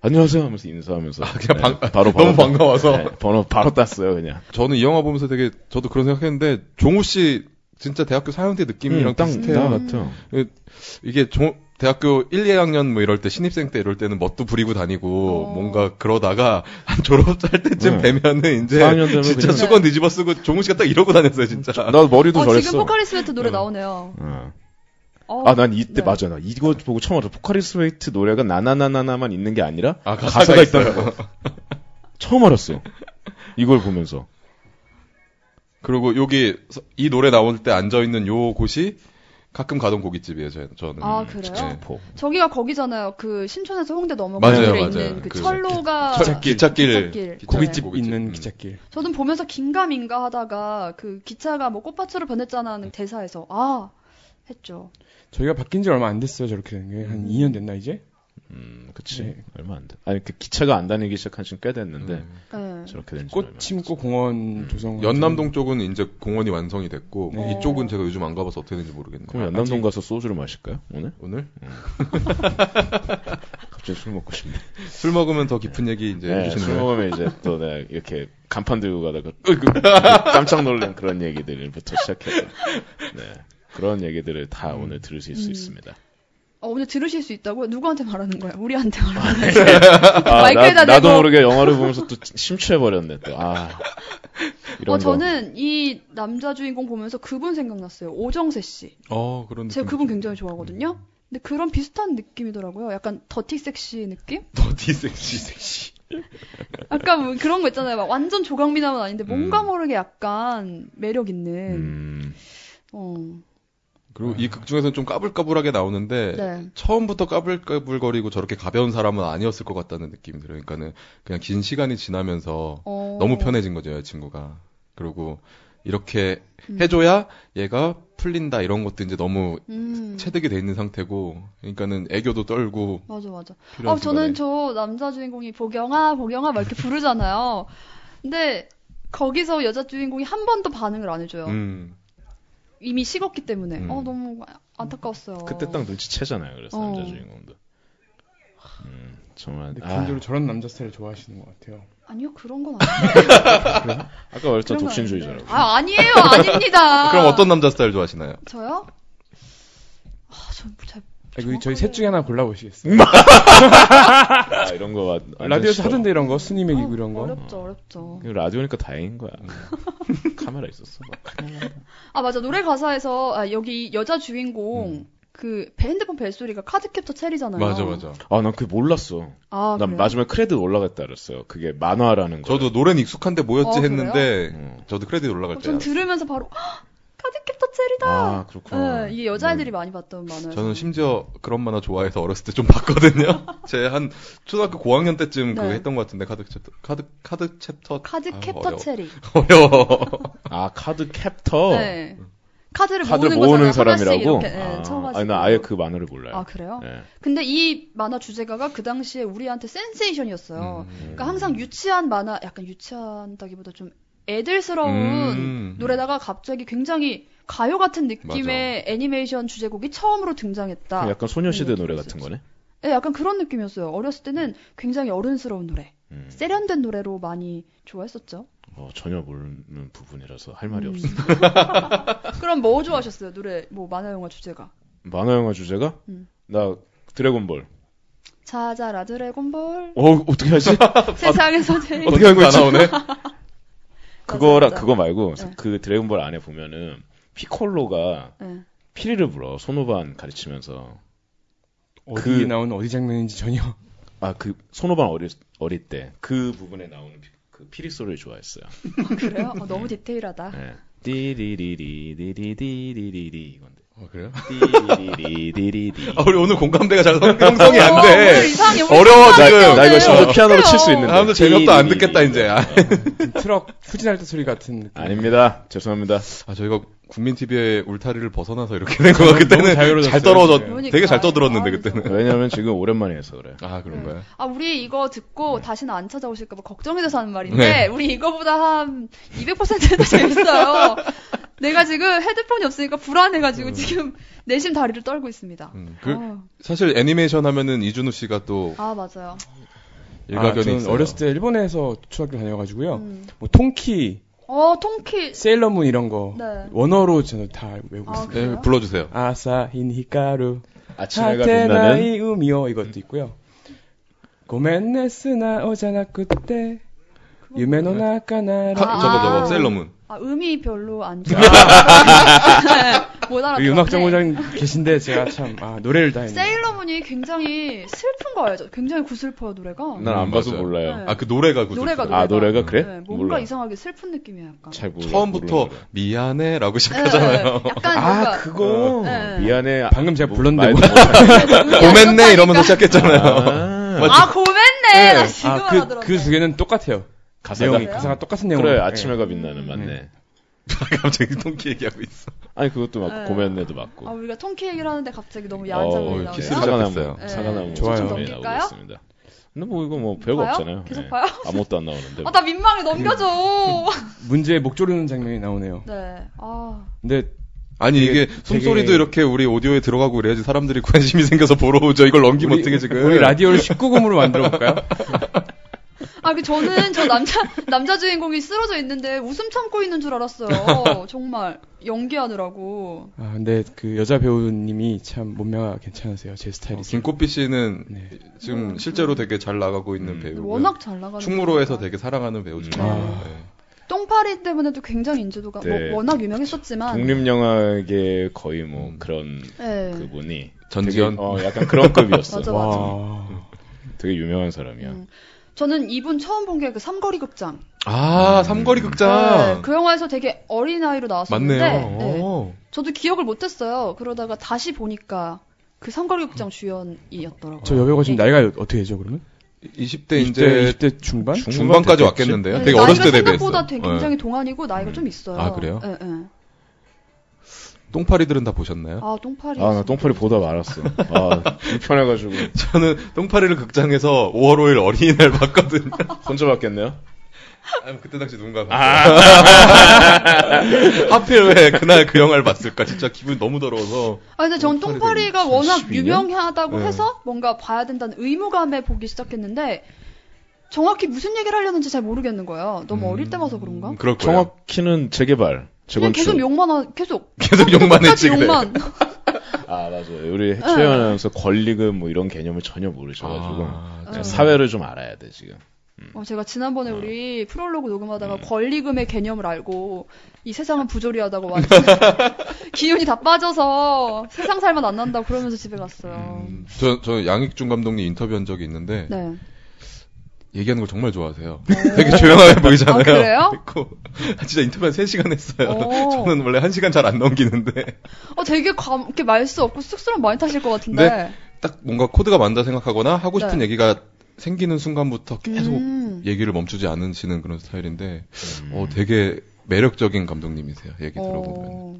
안녕하세요 하면서 인사하면서
아,
네,
그냥 방-
바로
너무
번호-
반가워서.
네, 번호 바로 땄어요 그냥.
저는 이 영화 보면서 되게 저도 그런 생각했는데 종우 씨 진짜 대학교 4학년 때 느낌이랑
음, 딱
비슷해요.
나 같아요.
이게 종- 대학교 1, 2학년 뭐 이럴 때 신입생 때 이럴 때는 멋도 부리고 다니고
어.
뭔가 그러다가 한 졸업할 때쯤
네.
뵈면은 이제
4학년 되면
진짜
그냥-
수건 뒤집어 쓰고 종우 씨가 딱 이러고 다녔어요 진짜.
나 머리도
어,
저랬어.
지금 포카리 스웨트 노래 나오네요.
어.
어,
아, 난 이때
네.
맞아. 나 이거 보고 처음 알았어. 포카리스웨이트 노래가 나나나나나만 있는 게 아니라
아,
가사가, 있다는 거. 처음 알았어. 이걸 보면서.
그리고 여기 서- 이 노래 나올 때 앉아 있는 요 곳이 가끔 가던 고깃집이에요. 저- 저는.
아, 그래요?
네.
폭.
저기가 거기잖아요. 그 신촌에서 홍대 넘어가는
맞아요,
길에
맞아요.
있는 그,
그
철로가
철- 기찻길.
기찻길.
그 고깃집
고깃집.
있는
음.
기찻길.
저는 보면서 긴가민가 하다가 그 기차가 뭐 꽃밭으로 변했잖아 하는 대사에서 아 했죠.
저희가 바뀐 지 얼마 안 됐어요. 저렇게 된 게. 한 2년 됐나 이제?
음, 그치.
네.
얼마 안 돼. 아니, 그 기차가 안 다니기 시작한 지는 꽤 됐는데,
음.
네.
저렇게 된지
꽃 심고 공원 조성.
연남동 쪽은 이제 공원이 완성이 됐고
네.
이쪽은 제가 요즘 안 가봐서 어떻게 되는지 모르겠네요.
그럼 연남동 가서 소주를 마실까요? 오늘?
오늘
갑자기 술 먹고 싶네.
술 먹으면 더 깊은 얘기 이제
네, 술
해주시네요.
먹으면 이제 또 내가 이렇게 간판 들고 가다가 으이구, 깜짝 놀란 그런 얘기들부터 시작해서 네, 그런 얘기들을 다 오늘 들으실 수
음.
있습니다.
어, 오늘 들으실 수 있다고요? 누구한테 말하는 거야? 우리한테 말하는 거야? 어,
아,
마이크에다
나, 도
대고.
모르게 영화를 보면서 또 심취해버렸네 또. 아, 이런
어,
거.
저는 이 남자 주인공 보면서 그분 생각났어요. 오정세 씨.
어 그런
제가
느낌.
그분 굉장히 좋아하거든요. 근데 그런 비슷한 느낌이더라고요. 약간 더티 섹시 느낌?
더디 섹시 섹시.
아까 뭐 그런 거 있잖아요. 막 완전 조각미남은 아닌데 뭔가
음.
모르게 약간 매력 있는.
음,
어.
그리고 이 극 중에서는 좀 까불까불하게 나오는데
네.
처음부터 까불까불거리고 저렇게 가벼운 사람은 아니었을 것 같다는 느낌이 들어요. 그러니까는 그냥 긴 시간이 지나면서
어.
너무 편해진 거죠 여자친구가. 그리고 이렇게
음.
해줘야 얘가 풀린다 이런 것도 이제 너무
음.
체득이 돼 있는 상태고, 그러니까는 애교도 떨고.
맞아 맞아.
필요한
아 저는 저
순간에.
남자 주인공이 보경아 보경아 막 이렇게 부르잖아요. 근데 거기서 여자 주인공이 한 번도 반응을 안 해줘요.
음.
이미 식었기 때문에.
음.
어 너무 안타까웠어요.
그때 딱 눈치채잖아요. 그래서
어.
남자 주인공도. 음, 정말.
근데 그
아,
개인적으로 저런 남자 스타일 좋아하시는 것 같아요.
아니요 그런 건 아니에요.
아까 말했죠
그런 건
독신주의자라고.
아닌데. 아 아니에요 아닙니다.
그럼 어떤 남자 스타일 좋아하시나요?
저요? 아, 전잘
아, 그 저희 셋 중에 하나 골라보시겠어요?
음, 아, 이런 거 와- 완전
라디오에서
싫어.
하던데 이런 거? 스님의 기구 이런 거?
어렵죠 어렵죠.
이거 라디오니까 다행인 거야. 카메라 있었어.
아 맞아 노래 가사에서 아, 여기 여자 주인공 그 배- 핸드폰 벨소리가 카드 캡처 첼이잖아요.
음. 맞아, 맞아.
아, 난 그게 몰랐어.
아,
난
그래요?
마지막에 크레딧 올라갔다 알았어요. 그게 만화라는 거.
저도 노래는 익숙한데 뭐였지
어,
했는데,
음.
저도 크레딧
어,
올라갈 때.
전 들으면서 바로 "헉, 카드 캡처 첼이다.
아, 그렇구나.
네, 이게 여자애들이 많이 봤던 만화.
저는 심지어 그런 만화 좋아해서 어렸을 때 좀 봤거든요. 제 한 초등학교 고학년 때쯤 그거
네.
했던 것 같은데, 카드 챕터, 카드, 카드 챕터.
카드
아,
캡처 첼이.
어려워.
아, 카드 캡터.
네. 카드를
카드를
모으는,
모으는
거잖아요. 하나씩
사람이라고.
이렇게, 네,
아,
쳐가지고.
아니, 나 아예 그 만화를 몰라요.
아, 그래요?
네.
근데 이 만화 주제가가 그 당시에 우리한테 센세이션이었어요.
음.
그러니까 항상 유치한 만화, 약간 유치한다기보다 좀 애들스러운
음.
노래다가 갑자기 굉장히 가요 같은 느낌의 애니메이션 주제곡이 처음으로 등장했다.
약간 소녀시대
음,
노래
그럴 수
같은
있지.
거네.
예, 약간 그런 느낌이었어요. 어렸을 때는 굉장히 어른스러운 노래,
음.
세련된 노래로 많이 좋아했었죠.
어, 전혀 모르는 부분이라서 할 말이
음.
없어요.
그럼 뭐 좋아하셨어요? 노래, 뭐 만화 영화 주제가?
만화 영화 주제가?
음.
나 드래곤볼.
자자라 드래곤볼
어, 어떻게 하지?
세상에서 제일
어떻게 알고
다
있지?
나오네?
그거라
맞아.
그거 말고
네.
그 드래곤볼 안에 보면은 피콜로가
예.
피리를 불어 손오반 가르치면서
어디에
그-
나온 어디 장면인지 전혀.
아 그 손오반 어릴 어릴 때 그 부분에 나오는 피, 그 피리 소리를 좋아했어요.
그래요? 어, 너무 디테일하다.
네. 디리리리디리디리리리 이건데.
어, 그래요?
디리리리디리디.
아, 우리 오늘 공감대가 잘 형성이 안
어, 오늘
돼.
이상해. 오늘
어려워,
진짜
지금.
안
나 이거
돼요.
심지어 피아노로 칠 수 있는데.
사람들 제명도 안 듣겠다, 이제. 아.
트럭 후진할 때 소리 같은 느낌.
아닙니다. 죄송합니다.
아, 저희가 국민 TV의 울타리를 벗어나서 이렇게 된 거 그때는
너무 자유로웠어요,
잘 떨어져,
지금.
그러니까.
되게 잘 떠들었는데
아,
그때는.
왜냐면 지금 오랜만에 해서 그래.
아 그런가요?
아, 우리 이거
네.
듣고 다시는 안 찾아오실까봐 걱정이 돼서 하는 말인데,
네.
우리 이거보다 한 200%도 재밌어요. 내가 지금 헤드폰이 없으니까
음.
불안해가지고 지금 내심 다리를 떨고 있습니다.
음, 그
어,
사실 애니메이션 하면은 이준우 씨가 또
아, 맞아요.
일가견이
아, 저는
있어요.
어렸을 때 일본에서 초등학교 다녀가지고요.
음.
뭐 통키,
어, 통키.
세일러문 이런 거
네.
원어로 저는 다 외우고
아,
있습니다.
네,
그래요?
불러주세요.
아사힌 히카루
아침에가 빛나는 음.
하테나이 우미오 이것도 있고요. 고멘네스나 오자나 그때 유메노 나카나라
아.
카- 저거 저거 셀러문.
아, 음이 별로 안 좋아. 네, 못 알아.
여기 음악 정보장 계신데 제가 참 아, 노래를 다 했네.
세일러문이 굉장히 슬픈 거 알죠? 굉장히 구슬퍼요 노래가.
난 안 봐서
맞아요.
몰라요.
네.
아 그 노래가 그
노래가
아 노래가 그래?
네, 뭔가
몰라.
이상하게 슬픈 느낌이야 약간.
잘 몰라.
처음부터
모르는
미안해라고
네,
시작하잖아요.
네, 약간 뭔가
아 그거
네.
노래. 미안해.
방금 제가
아,
불렀는데
말도
뭐-
고맨네 이러면서 시작했잖아요.
아,
맞아.
아 고맨네 나 지금
아,
알아들었네.
그, 그 두 개는 똑같아요.
가사가
내용이 네.
그래요?
가사가 똑같은 내용.
그래 아침에가 빛나는 맞네.
갑자기 통키 얘기하고 있어.
아니 그것도 맞고
네.
고맨네도
아
맞고.
우리가 통키 얘기를 하는데 갑자기 너무 야한 장면이
어,
나오네요.
키스를
사과나무
시작했어요.
네.
사과나무
좋아요.
좀
좀
나오고
넘길까요?
있습니다. 근데 뭐 이거 뭐 별거
봐요?
없잖아요.
계속
예.
봐요?
아무것도 안 나오는데.
아 나 민망해 넘겨줘.
예. 문제에 목 조르는 장면이 나오네요.
네. 아
근데
아니
되게-
이게 숨소리도
되게-
이렇게 우리 오디오에 들어가고 그래야지 사람들이 관심이 생겨서 보러 오죠. 이걸 넘기면
우리,
어떻게 지금?
우리 라디오를 19금으로 만들어 볼까요?
아, 그 저는 저 남자 남자 주인공이 쓰러져 있는데 웃음 참고 있는 줄 알았어요. 정말 연기하느라고.
아 근데 그 여자 배우님이 참 몸매가 괜찮으세요. 제 스타일이.
어, 김꽃비 씨는
네.
지금 실제로 되게 잘 나가고 있는
음.
배우.
음. 워낙 잘 나가는.
충무로에서
분이니까.
되게 사랑하는 배우 중에.
아.
네.
똥파리 때문에도 굉장히 인지도가 뭐
네.
워낙 유명했었지만.
독립 영화계 거의 뭐
음.
그런
예.
그분이
전지현?
되게, 어 약간 그런 급이었어.
맞아, 맞아.
와.
되게 유명한 사람이야.
음. 저는 이분 처음 본 게 그 삼거리 극장.
아
음.
삼거리
네,
극장.
그 영화에서 되게 어린 아이로 나왔었는데.
맞네요.
네.
오.
저도 기억을 못했어요. 그러다가 다시 보니까 그 삼거리 극장 주연이었더라고요. 네.
저 여배우가 지금 나이가 어떻게 되죠 그러면?
20대
20대,
이제
20대 중반?
중- 됐겠지?
중반까지 왔겠는데요.
네,
되게
나이가
어렸을 때
생각보다
데뷔했어요.
되게
네.
굉장히 동안이고 나이가
음.
좀 있어요.
아, 그래요?
예, 예.
똥파리들은 다 보셨나요?
아 똥파리.
아, 나 똥파리 보다 말았어. 아, 불편해가지고.
저는 똥파리를 극장에서 5월 5일 어린이날 봤거든요.
혼자 봤겠네요?
아, 그때 당시 누군가 봤어요. 아. 하필 왜 그날 그 영화를 봤을까? 진짜 기분이 너무 더러워서.
아 근데
어,
전 똥파리가 워낙
12년?
유명하다고
네.
해서 뭔가 봐야 된다는 의무감에 보기 시작했는데 정확히 무슨 얘기를 하려는지 잘 모르겠는 거예요. 너무 어릴 때 봐서 그런가?
음, 그럴 거예요.
정확히는 재개발,
그냥
재건축.
계속 욕만 하, 계속
계속 욕만
끝까지
네, 했지, 그래.
욕만.
아, 맞아. 우리 최연 아나운서 권리금 뭐 이런 개념을 전혀 모르셔가지고.
아,
그냥 사회를 좀 알아야 돼, 지금.
어, 제가 지난번에
네.
우리 프롤로그 녹음하다가 권리금의 개념을 알고 이 세상은 부조리하다고 완전 기운이 다 빠져서 세상 살만 안 난다 고 그러면서 집에 갔어요.
음, 저, 저 양익준 감독님 인터뷰한 적이 있는데
네.
얘기하는 걸 정말 좋아하세요. 되게 조용하게 보이잖아요.
아, 그래요?
그리고 아, 진짜 인터뷰 한 3시간 했어요.
오.
저는 원래 1시간 잘 안 넘기는데
어 되게 감 이렇게 말수 없고 쑥스러운 많이 타실 것 같은데.
네. 딱 뭔가 코드가 맞다 생각하거나 하고 싶은
네.
얘기가 생기는 순간부터 계속
음.
얘기를 멈추지 않으시는 그런 스타일인데
음.
어, 되게 매력적인 감독님이세요. 얘기 들어보면.
어.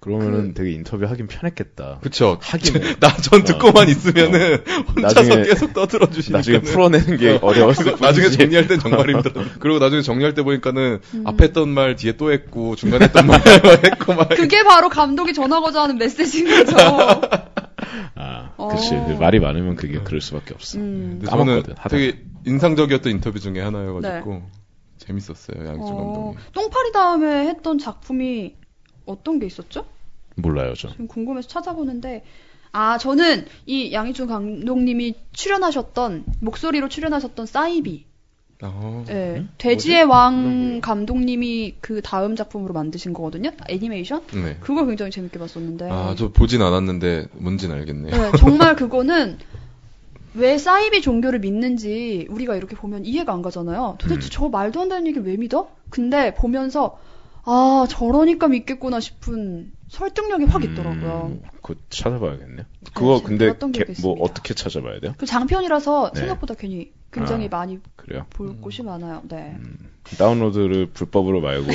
그러면은 되게 인터뷰 하긴 편했겠다.
그쵸.
하긴 해.
나 전 듣고만 있으면은 혼자서
어. 나중에-
계속 떠들어 주시니까
나중에
그
풀어내는 게 어려웠을 뿐이지.
나중에 정리할 땐 정말 힘들어. 그리고 나중에 정리할 때 보니까는
음.
앞에 했던 말 뒤에 또 했고 중간에 했던 말 했고 막
그게 바로 감독이 전하고자 하는 메시지인 거죠.
아,
어.
그치. 그 말이 많으면 그게 그럴 수밖에 없어.
음.
근데 저는
까먹거든, 하다가.
되게 인상적이었던 인터뷰 중에 하나여가지고 재밌었어요 양주
네. 어,
아, 감독님.
똥파리 다음에 했던 작품이 어떤 게 있었죠?
몰라요, 저.
지금 궁금해서 찾아보는데 아 저는 이 양희준 감독님이 출연하셨던 목소리로 출연하셨던 싸이비
어.
예, 돼지의 왕 감독님이 그 다음 작품으로 만드신 거거든요 애니메이션
네.
그걸 굉장히 재밌게 봤었는데
아저 보진 않았는데 뭔진 알겠네요.
네, 정말 그거는 왜 사이비 종교를 믿는지 우리가 이렇게 보면 이해가 안 가잖아요. 도대체
음.
저 말도 안 되는 얘기를 왜 믿어? 근데 보면서 아 저러니까 믿겠구나 싶은 설득력이 확 있더라고요.
음, 그거 찾아봐야겠네요. 그거
제가
근데
봤던
개-
기억이
뭐
있습니다.
어떻게 찾아봐야 돼요?
그 장편이라서
네.
생각보다 괜히 굉장히
아.
많이
그래요?
볼
음.
곳이 많아요. 네.
다운로드를 불법으로 말고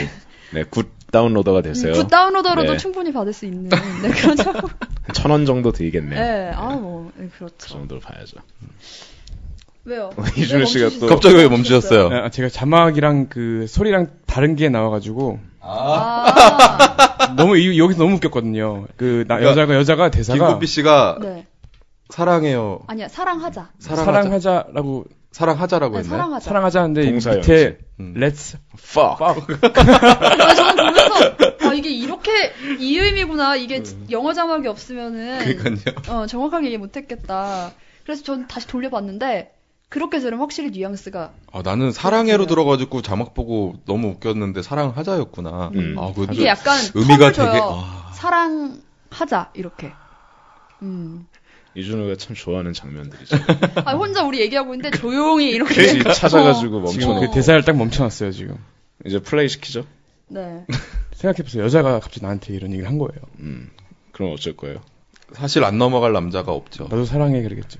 네, 굿 다운로더가 되세요.
음, 굿 다운로더로도
네.
충분히 받을 수 있는 네, 그런 작품.
천 원 정도 드리겠네요.
네. 아뭐 네,
그
어,
그렇죠.
정도로 봐야죠.
왜요?
이준호
왜
씨가
멈추셨어요?
또-
갑자기 왜 멈추셨어요?
네.
아, 제가 자막이랑 그 소리랑 다른 게 나와가지고
아,
너무 이- 여기서 너무 웃겼거든요. 그 나- 여자가 여자가 대사가
김국비 씨가
네.
사랑해요.
아니야 사랑하자.
사랑하자.
라고
사랑하자. 라고
네,
했나요?
사랑하자.
사랑하자는데 이
동사예요,
밑에
음.
let's
fuck.
아, 저는 보면서 아 이게 이렇게 이 의미구나 이게 지- 영어 자막이 없으면은
음. 그러니까요.
어 정확하게 이해 못했겠다 그래서 전 다시 돌려봤는데 그렇게 들으면 확실히 뉘앙스가
아, 나는 사랑해로
그렇군요.
들어가지고 자막 보고 너무 웃겼는데 사랑하자였구나.
음.
아, 그
이게 약간
의미가
텀을 줘요.
되게 아,
사랑하자 이렇게. 음.
이준호가 참 좋아하는 장면들이죠.
아 혼자 우리 얘기하고 있는데 조용히 이렇게.
괜히 찾아가지고
지금
멈춰놓고
그 대사를 딱 멈춰놨어요 지금.
이제 플레이 시키죠.
네.
생각해보세요. 여자가 갑자기 나한테 이런 얘기를 한 거예요.
음. 그럼 어쩔 거예요?
사실 안 넘어갈 남자가 없죠.
나도 사랑해 그러겠죠.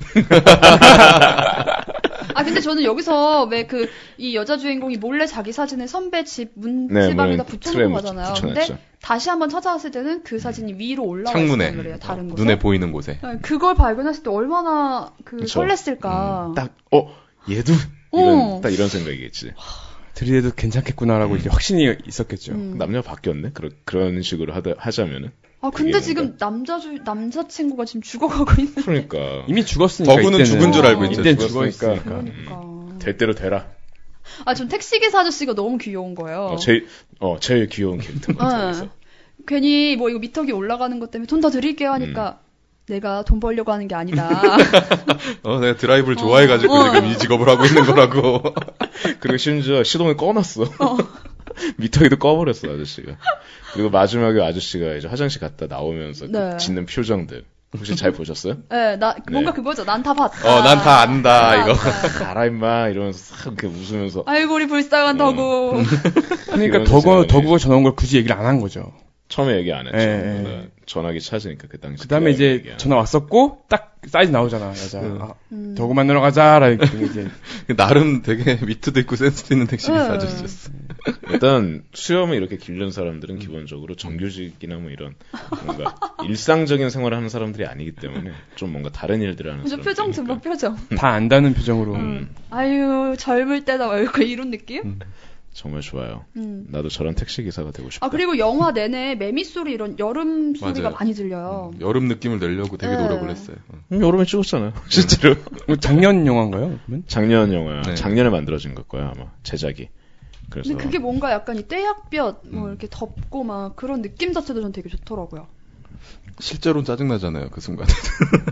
아 근데 저는 여기서 왜 그 이 여자 주인공이 몰래 자기 사진을 선배 집
네,
문지방에다
뭐, 틀에
붙여놓은
묻-
거잖아요. 근데
붙여놨죠.
다시 한번 찾아왔을 때는 그 사진이 위로 올라와
창문에.
있었단 말이에요. 다른 곳에.
눈에 보이는 곳에.
네, 그걸 발견했을 때 얼마나 그
그쵸.
설렜을까.
딱, 어, 얘도?
어.
이런, 딱 이런 생각이겠지.
들이대도 괜찮겠구나라고 이제 확신이 있었겠죠.
음.
남녀 바뀌었네? 그런, 그런 식으로 하다, 하자면은.
아
그게 뭔가.
근데 지금 남자 주 남자 친구가 지금 죽어가고 있는
그러니까.
이미 죽었으니까.
더구는
이때는.
죽은
줄 알고
있죠.
이때는
죽었으니까.
죽어있으니까.
거니까.
될 대로 되라.
아 전 택시 기사 아저씨가 너무 귀여운 거예요.
어, 제일, 어, 제일 귀여운 캐릭터 같아서.
괜히 뭐 이거 미터기 올라가는 것 때문에 돈 다 드릴게요 하니까 내가 돈 벌려고 하는 게 아니다.
어, 내가 드라이브를 좋아해가지고
어.
지금 이 직업을 하고 있는 거라고.
그리고 심지어 시동을 꺼놨어. 미터기도 꺼버렸어, 아저씨가. 그리고 마지막에 아저씨가 이제 화장실 갔다 나오면서 그
네.
짓는 표정들. 혹시 잘 보셨어요?
예, 나 뭔가
네.
그거죠. 난 다 봤다.
어, 난 다
아.
안다, 이거.
가라, 임마. 이러면서 싹 이렇게 웃으면서.
아이고 우리 불쌍한 더구.
그러니까
이런
더구,
세상에.
더구가 전화온 걸 굳이 얘기를 안 한 거죠.
처음에 얘기 안 했죠.
예, 예.
그러니까 전화기 찾으니까 그 당시.
그 다음에
얘기
이제
안
전화 왔었고, 딱 사이즈 나오잖아, 여자. 아,
음.
더구 만나러 가자, 라고 이제.
나름 되게 위트도 있고 센스도 있는 택시기사
응.
아저씨였어.
일단 수염을 이렇게 길른 사람들은
음.
기본적으로 정규직이나 뭐 이런 뭔가 일상적인 생활을 하는 사람들이 아니기 때문에 좀 뭔가 다른 일들을 하는
저
사람.
표정 좀 봐, 표정.
다 안다는 표정으로.
음. 아유 젊을 때다 막 이렇게 이런 느낌?
정말 좋아요.
음.
나도 저런 택시 기사가 되고 싶어.
아 그리고 영화 내내 매미 소리 이런 여름 소리가
맞아요. 음, 네.
많이 들려요.
여름 느낌을 내려고 되게
어. 응.
노력을 했어요. 응.
음, 여름에 찍었잖아요. 실제로.
이거 뭐 작년 영화인가요? 그러면?
작년 영화.
네.
작년에 만들어진 걸 거야 아마 제작이. 그래서
근데 그게 뭔가 약간 이 떼약볕
음.
뭐 이렇게 덥고 막 그런 느낌 자체도 전 되게 좋더라고요.
실제로는 짜증나잖아요, 그 순간.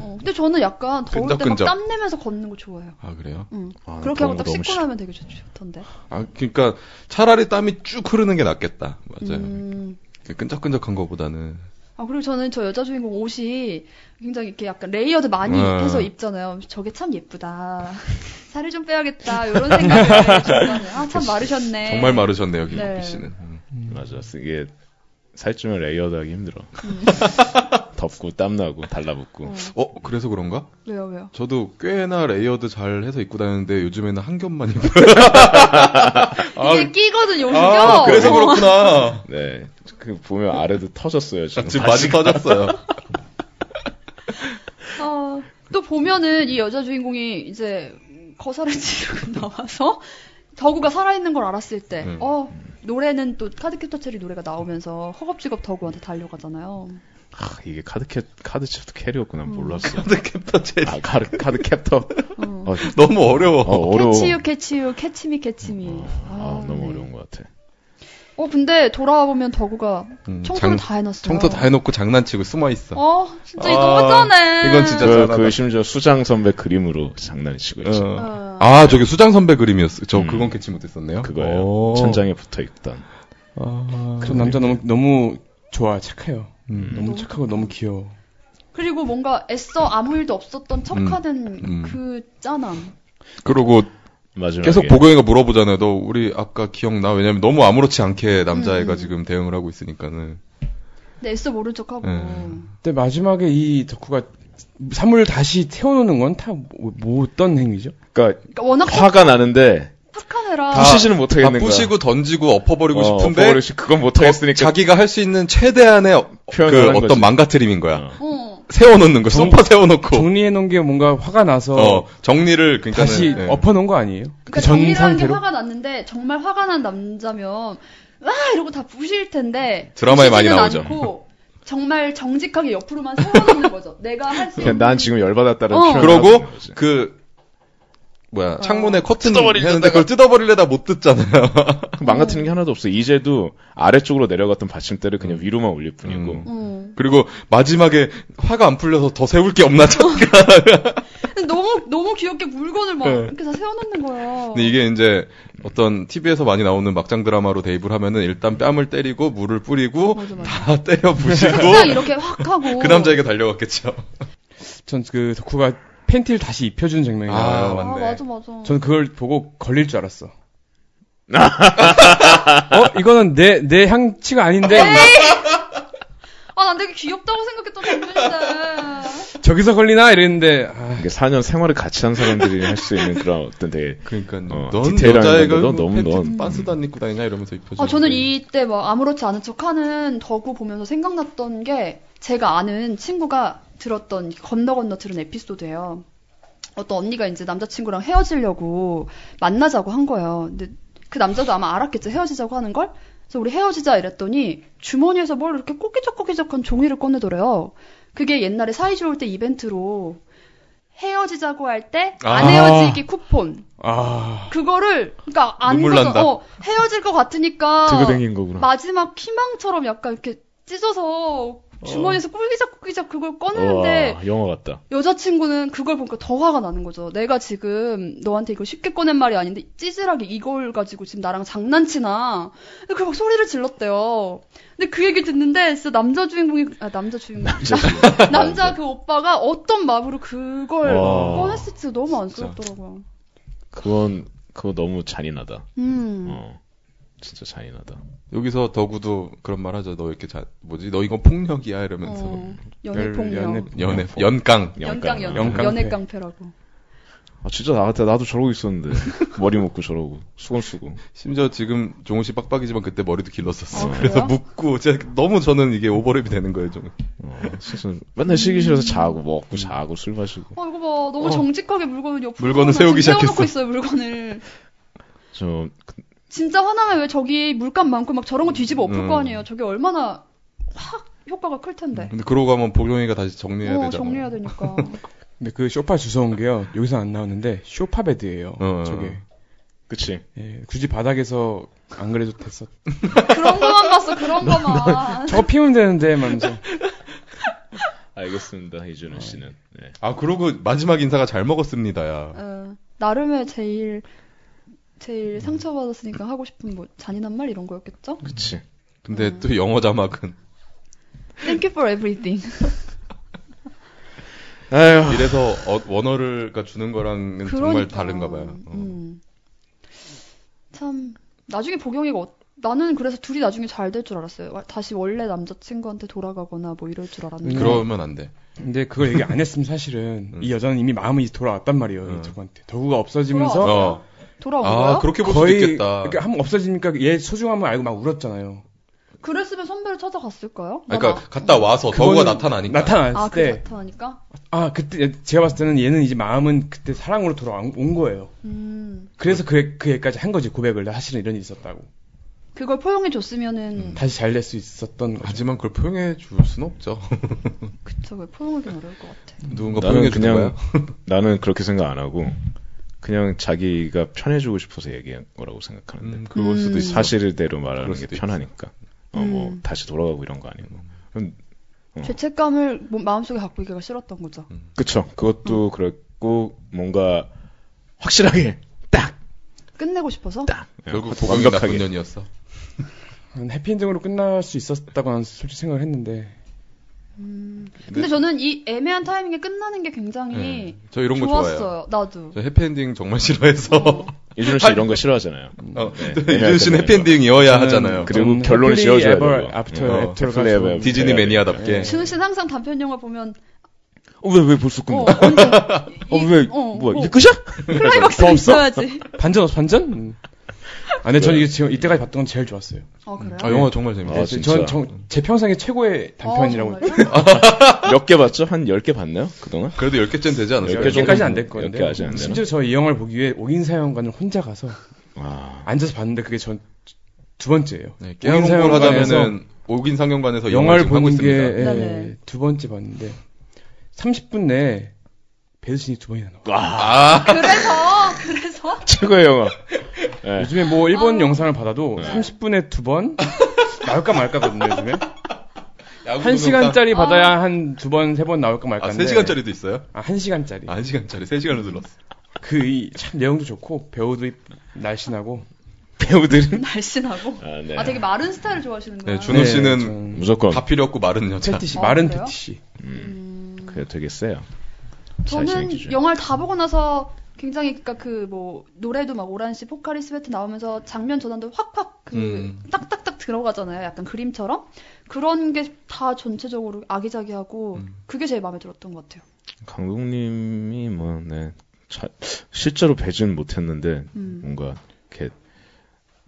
어, 근데 저는 약간 더울 때 막
끈적끈적.
땀 내면서 걷는 거 좋아해요.
아, 그래요?
음.
아,
그렇게 하고
너무,
딱
너무
씻고
싫어.
나면 되게 좋, 좋던데.
아, 그러니까 차라리 땀이 쭉 흐르는 게 낫겠다. 맞아요.
음.
그 끈적끈적한 거보다는.
아 그리고 저는 저 여자 주인공 옷이 굉장히 이렇게 약간 레이어드 많이
음.
해서 입잖아요. 저게 참 예쁘다. 살을 좀 빼야겠다. 이런 생각을 중간에 아참 마르셨네.
정말 마르셨네요, 김학기
네.
씨는. 음. 응.
맞아. 이게 살찌면 레이어드하기 힘들어. 덥고 땀나고 달라붙고.
음. 어.
어, 그래서 그런가?
왜요 왜요?
저도 꽤나 레이어드 잘 해서 입고 다니는데 요즘에는 한 겹만 입어요. 아,
이게 끼거든요. 오히려.
아,
어.
그래서 그렇구나.
네. 그 보면 아래도 터졌어요
아,
지금.
지금 많이 터졌어요.
어, 또 보면은 이 여자 주인공이 이제 거사를 지르고 나와서 더구가 살아있는 걸 알았을 때,
음.
어, 노래는 또 카드캡터 체리 노래가 나오면서 허겁지겁 더구한테 달려가잖아요.
아, 이게 카드 캡 카드 챕터 캐리였고 난
음.
몰랐어.
카드 캡터 제
아 카드 카드 캡터.
음.
어,
너무 어려워.
어, 어려워.
캐치유 캐치유 캐치미 캐치미.
아, 너무
네.
어려운 것 같아.
어 근데 돌아와 보면 더구가
음,
청소를
장-
다 해놨어요.
청소 다 해놓고 장난치고 숨어 있어.
어 진짜 이거
아,
허전해.
이건 진짜
그,
잘하다.
그 심지어 수장 선배 그림으로 장난치고 있지.
어.
어.
아, 저게 수장 선배 그림이었어. 저
음.
그건 캐치 못했었네요.
그거예요. 그
오.
천장에 붙어 있던.
아, 저 남자 너무, 너무 좋아, 착해요.
음.
너무 착하고 너무 귀여워.
그리고 뭔가 애써 아무 일도 없었던 척하는
음.
그 짠함.
그러고
마지막에
계속 보경이가 물어보잖아요. 너 우리 아까 기억나? 왜냐면 너무 아무렇지 않게
음.
남자애가 지금 대응을 하고 있으니까는.
근데 애써 모른 척하고.
음.
근데 마지막에 이 덕후가 사물을 다시 세워놓는 건 다 뭐, 뭐 어떤 행위죠?
그러니까
그러니까 워낙
화가 나는데
착한 애라.
다-
부시지는
다
못하겠는 거야.
부시고 던지고 엎어버리고
어,
싶은데
엎어버리고 그건 못하겠으니까
자기가 할 수 있는 최대한의 어-
표현을
그
하는
어떤
거지.
망가뜨림인 거야.
어.
어.
세워놓는 거,
정-
소파 세워놓고
정리해놓은 게 뭔가 화가 나서
어, 정리를 그러니까
다시 엎어놓은 거 아니에요?
그러니까
전
정리라는 게
상태로?
화가 났는데 정말 화가 난 남자면 와 이러고 다 부실 텐데
드라마에 많이
부시지는
나오죠.
않고 정말 정직하게 옆으로만 세워놓는 거죠. 내가 할 수 있는.
그냥
그러니까
난 지금 열받았다는
어.
표현을
그러고
하고 있는 거지.
그 뭐야
어.
창문에 커튼
아, 뜯어버리려다가-
했는데 그걸 뜯어버리려다 못 뜯잖아요.
망가뜨리는 게 하나도 없어. 이제도 아래쪽으로 내려갔던 받침대를 그냥 위로만 올릴 뿐이고
음.
음.
그리고 마지막에 화가 안 풀려서 더 세울 게 없나 잠깐.
너무 너무 귀엽게 물건을 막
네.
이렇게 다 세워놓는 거예요.
근데 이게 이제 어떤 TV에서 많이 나오는 막장 드라마로 대입을 하면은 일단 뺨을 때리고 물을 뿌리고
맞아, 맞아.
다 때려
아,
그냥
부시고
이렇게 확 하고
그 남자에게 달려갔겠죠.
전 그 덕후가 팬티를 다시 입혀주는 장면이
아,
나와요.
아
맞네.
맞아 맞아.
저는 그걸 보고 걸릴 줄 알았어. 어, 이거는 내, 내 향치가 아닌데?
네! 아난 되게 귀엽다고 생각했던 장면인데.
저기서 걸리나? 이랬는데, 아,
이게 4년 생활을 같이 한 사람들이 할 수 있는 그런 어떤 되게
그러니까
어,
넌
디테일한
여자애가
건데 넌
뭐
너무
팬티
넌-
빤스도 안 입고 다니냐 이러면서 입혀주는
아, 저는
게.
이때 막 아무렇지 않은 척 하는 덕후 보면서 생각났던 게 제가 아는 친구가 들었던 건너 건너 들은 에피소드예요. 어떤 언니가 이제 남자친구랑 헤어지려고 만나자고 한 거예요. 근데 그 남자도 아마 알았겠죠. 헤어지자고 하는 걸. 그래서 우리 헤어지자 이랬더니 주머니에서 뭘 이렇게 꼬기적꼬기적한 종이를 꺼내더래요. 그게 옛날에 사이 좋을 때 이벤트로 헤어지자고 할 때 안
아.
헤어지기 쿠폰.
아.
그거를 그러니까 안
눈물
사서
난다.
어, 헤어질 것
아,
같으니까
들고 댕긴 거구나.
마지막 희망처럼 약간 이렇게 찢어서 주머니에서 꿀기적꿀기적 그걸 꺼내는데
우와, 영화 같다.
여자친구는 그걸 보니까 더 화가 나는 거죠. 내가 지금 너한테 이거 쉽게 꺼낸 말이 아닌데 찌질하게 이걸 가지고 지금 나랑 장난치나. 그 막 소리를 질렀대요. 근데 그 얘기 듣는데 진짜 남자 주인공이 아 남자 주인공 남자 그 오빠가 어떤 마음으로 그걸
와.
꺼냈을지 너무 안쓰럽더라고요.
그건 그거 너무 잔인하다.
음.
어, 진짜 잔인하다.
여기서 더구도 그런 말 하죠. 너 왜 이렇게 자, 뭐지? 너 이건 폭력이야 이러면서
어,
열- 연애-
연애폭력. 네.
연애 연강.
연강, 연강,
연강.
연애깡패라고.
아 진짜 나한테 나도 저러고 있었는데 머리 묶고 저러고 수건 쓰고
심지어 지금 종우 씨 빡빡이지만 그때 머리도 길렀었어.
아, 그래요?
그래서 묶고 제가 너무 저는 이게 오버랩이 되는 거예요, 좀.
어, 진짜 맨날 쉬기 싫어서 자고
음.
먹고 자고 술 마시고
어, 이거 봐. 너무 정직하게 물건을 옆으로
물건을 세우기
세워놓고
시작했어.
있어요, 물건을.
저
진짜 화나면 왜 저기 물감 많고 막 저런 거 뒤집어 엎을
음.
거 아니에요. 저게 얼마나 확 효과가 클 텐데.
근데 그러고 가면 복용이가 다시
네.
정리해야
어,
되잖아.
정리해야 되니까.
근데 그 쇼파 주워온 게요, 여기서 안 나오는데, 쇼파 베드예요
어.
저게.
그치
예, 굳이 바닥에서 안 그래도 됐어.
그런 거만 봤어, 그런 거만.
저거 피우면 되는데, 만서.
알겠습니다 이준호 씨는 네.
아, 그러고 마지막 인사가 잘 먹었습니다야.
어, 나름의 제일, 제일 상처받았으니까 하고 싶은 뭐 잔인한 말 이런 거였겠죠?
그치
근데
음.
또 영어 자막은
Thank you for everything.
아휴
이래서 어- 원어를 그러니까 주는 거랑은 정말
그러니까.
다른가 봐요. 어.
음. 참 나중에 보경이가 어- 나는 그래서 둘이 나중에 잘 될 줄 알았어요. 와- 다시 원래 남자친구한테 돌아가거나 뭐 이럴 줄 알았는데.
그러면 안 돼.
근데 그걸 얘기 안 했으면 사실은,
음.
이 여자는 이미 마음이 돌아왔단 말이에요,
음.
저한테. 덕후가 없어지면서,
돌아왔어.
어.
돌아온 거야?
아, 그렇게 볼 수도
거의,
있겠다.
이렇게 한번 없어지니까 얘 소중함을 알고 막 울었잖아요.
그랬으면 선배를 찾아갔을까요?
아니, 그러니까
나나-
갔다 와서 더우가
그거는
나타나니까.
나타났을
아,
때,
그게 나타나니까.
아, 그때 제가 봤을 때는 얘는 이제 마음은 그때 사랑으로 돌아온 온 거예요.
음.
그래서 그, 애- 그 애까지 한 거지 고백을 나 사실은 이런 일이 있었다고.
그걸 포용해
음.
줬으면은
다시 잘 될 수 있었던 거죠.
하지만 그걸 포용해 줄 수는 없죠.
그쵸 왜 포용하기는 어려울 것 같아.
누군가
나는
포용해 주는
그냥
거야.
나는 그렇게 생각 안 하고 그냥 자기가 편해지고 싶어서 얘기한 거라고 생각하는데
음, 그럴 수도 있어.
사실대로 말하는
그럴
게
수도
편하니까 어, 뭐
음.
다시 돌아가고 이런 거 아니고 그럼
네.
어.
죄책감을 뭐- 마음속에 갖고 있기가 싫었던 거죠.
음.
그쵸 그것도 그랬고 뭔가 확실하게
끝내고 싶어서.
딱
결국
확-
보경이 나쁜
완벽하게
년이었어.
한 음, 해피엔딩으로 끝날 수 있었다고 난 솔직히 생각을 했는데.
근데 저는 이 애매한 타이밍에 끝나는 게 굉장히
네. 저 이런 거
좋았어요.
좋아해요.
나도.
저 해피엔딩 정말 싫어해서
어.
이준호 씨 이런 거 싫어하잖아요
어,
네,
이준 씨는
해피엔딩이니까.
해피엔딩이어야 하잖아요.
그리고 결론을 지어줘야 되고.
아프터
어,
애프터가
해플 에버.
네.
디즈니 매니아답게.
준우 씨는 항상 단편 영화 보면
왜 왜 벌써
어,
끝나
언제? 이-
음. 어왜
어,
뭐야
어.
이제 끝이야
클라이막스가 있어야지.
반전 없어 반전? 음. 아, 근데
네.
저는 이게 지금 이때까지 봤던 건 제일 좋았어요.
아, 그래요?
아 영화 정말 재밌어.
아,
요
진짜.
전제 평생의 최고의 단편이라고.
아, 정말요?
몇 개 봤죠 한 열 개 봤나요 그동안
그래도 10개쯤 되지 않았어요?
열 개 정도-
여기까지는 안 될 건데.
몇개 아직 안 되나?
심지어 저 이 영화를 보기 위해 오인사영관을 혼자 가서
와
앉아서 봤는데 그게 전 두 번째예요.
네, 깨알 홍보를 하자면은 옥인 상영관에서
영화를
지금 하고
보는 게
있습니다.
예,
네네.
두 번째 봤는데 30분 내에 배드신이 두 번이나 나와.
아,
그래서, 그래서.
최고의 영화 네.
요즘에 뭐
아.
네.
일본 영상을 받아도 30분에 두 번 나올까 말까거든요 요즘에.
야구
한
동영상.
시간짜리 받아야 한 두 번 세 번 나올까 말까
아,
한데
3시간짜리도 있어요?
아, 한 시간짜리
아, 1시간짜리. 3시간으로 눌렀어.
그참 내용도 좋고 배우도 날씬하고
배우들은
날씬하고.
아, 네.
아, 되게 마른 스타일을 좋아하시는구나.
네, 준호
네,
씨는
좀
무조건
다 필요 없고 마른 여자.
패티시
아,
마른
그래요?
패티시
그게 되게 세요. 자신의
음. 저는
기준.
영화를 다 보고 나서 굉장히 그니까 그 뭐 노래도 막 오란 씨 포카리 스웨트 나오면서 장면 전환도 확확 그
음.
딱딱딱 들어가잖아요. 약간 그림처럼 그런 게 다 전체적으로 아기자기하고
음.
그게 제일 마음에 들었던 것 같아요.
감독님이 뭐 네. 자- 실제로 배진 못했는데
음.
뭔가 이렇게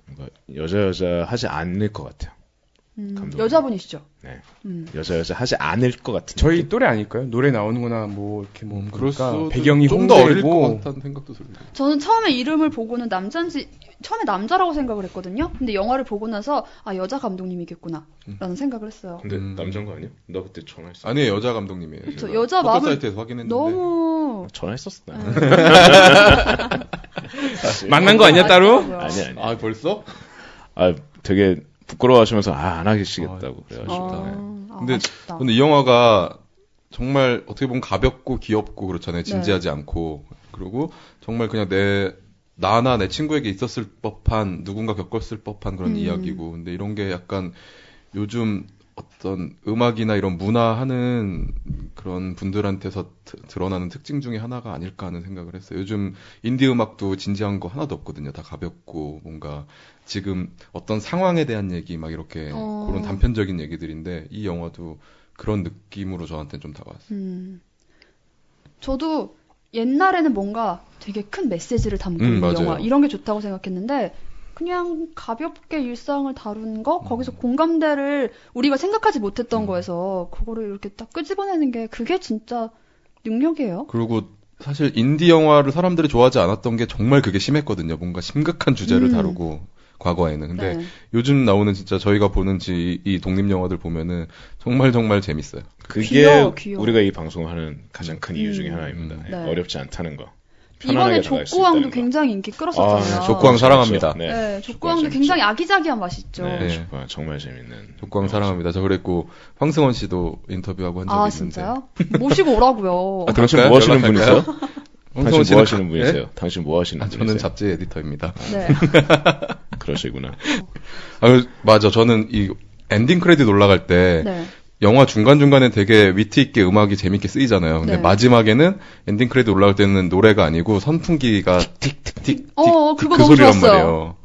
뭔가 여자 여자 하지 않을 것 같아요.
음,
감독님.
여자분이시죠?
네.
음.
여자 여자 하지 않을 것 같은.
저희
느낌?
또래 아닐까요? 노래 나오는구나 뭐 이렇게 뭐
음, 그럴
그러니까
수도
배경이
좀더 어릴 것
홍대고
같다는 생각도 들고.
저는 처음에 이름을 보고는 남자인지 처음에 남자라고 생각을 했거든요. 근데 영화를 보고 나서 아 여자 감독님이겠구나라는 생각을 했어요.
근데
음.
남자인 거 아니야? 나 그때 전화했어.
아니에요, 여자 감독님이에요.
그쵸,
제가
여자
포털
마음을
사이트에서 확인했는데.
너무
전화했었어. 나.
만난 거 아니야 따로?
아니 아니.
아, 벌써?
아 되게 부끄러워하시면서 아 안 하시겠다고
아,
그래가지고.
어.
네.
근데-
근데
근데 이 영화가 정말 어떻게 보면 가볍고 귀엽고 그렇잖아요. 진지하지 않고. 그리고 정말 그냥 내 나나 내 친구에게 있었을 법한 누군가 겪었을 법한 그런
음.
이야기고. 근데 이런 게 약간 요즘 어떤 음악이나 이런 문화 하는 그런 분들한테서 드- 드러나는 특징 중에 하나가 아닐까 하는 생각을 했어요. 요즘 인디 음악도 진지한 거 하나도 없거든요. 다 가볍고 뭔가 지금 어떤 상황에 대한 얘기 막 이렇게
어.
그런 단편적인 얘기들인데 이 영화도 그런 느낌으로 저한테 좀 다가왔어요.
음. 저도 옛날에는 뭔가 되게 큰 메시지를 담고
음,
있는
맞아요.
영화 이런 게 좋다고 생각했는데 그냥 가볍게 일상을 다룬 거 거기서 공감대를 우리가 생각하지 못했던
음.
거에서 그거를 이렇게 딱 끄집어내는 게 그게 진짜 능력이에요.
그리고 사실 인디 영화를 사람들이 좋아하지 않았던 게 정말 그게 심했거든요. 뭔가 심각한 주제를
음.
다루고 과거에는. 근데
네.
요즘 나오는 진짜 저희가 보는 지, 이 독립 영화들 보면은 정말 정말 재밌어요.
그게
귀여워, 귀여워.
우리가 이 방송을 하는 가장 큰 이유 중에
음.
하나입니다.
음.
예,
네.
어렵지 않다는 거.
이번에
편안하게 나갈 수
족구왕도
있다는 거.
굉장히 인기 끌었었잖아요.
아, 족구왕 사랑합니다.
네,
네,
족구왕도
재밌죠.
굉장히 아기자기한 맛있죠.
네,
네.
족구왕 정말 재밌는.
독광 사랑합니다. 저 그랬고 황승원 씨도 인터뷰하고 한 적이
아
있는데.
진짜요? 모시고 오라고요.
아,
당신
그럴까요?
뭐 하시는
연락할까요?
분이세요?
황승원
당신 뭐
씨는
하시는
가-
분이세요?
예?
당신 뭐 하시는
아, 저는
분이세요? 아.
잡지 에디터입니다.
네.
그러시구나.
아, 맞아. 저는 이 엔딩 크레딧 올라갈 때
네.
영화 중간중간에 되게 위트 있게 음악이 재밌게 쓰이잖아요. 근데
네.
마지막에는 엔딩 크레딧 올라올 때는 노래가 아니고 선풍기가 틱틱틱
어, 어, 그거
그
너무
소리란
좋았어요.
말이에요.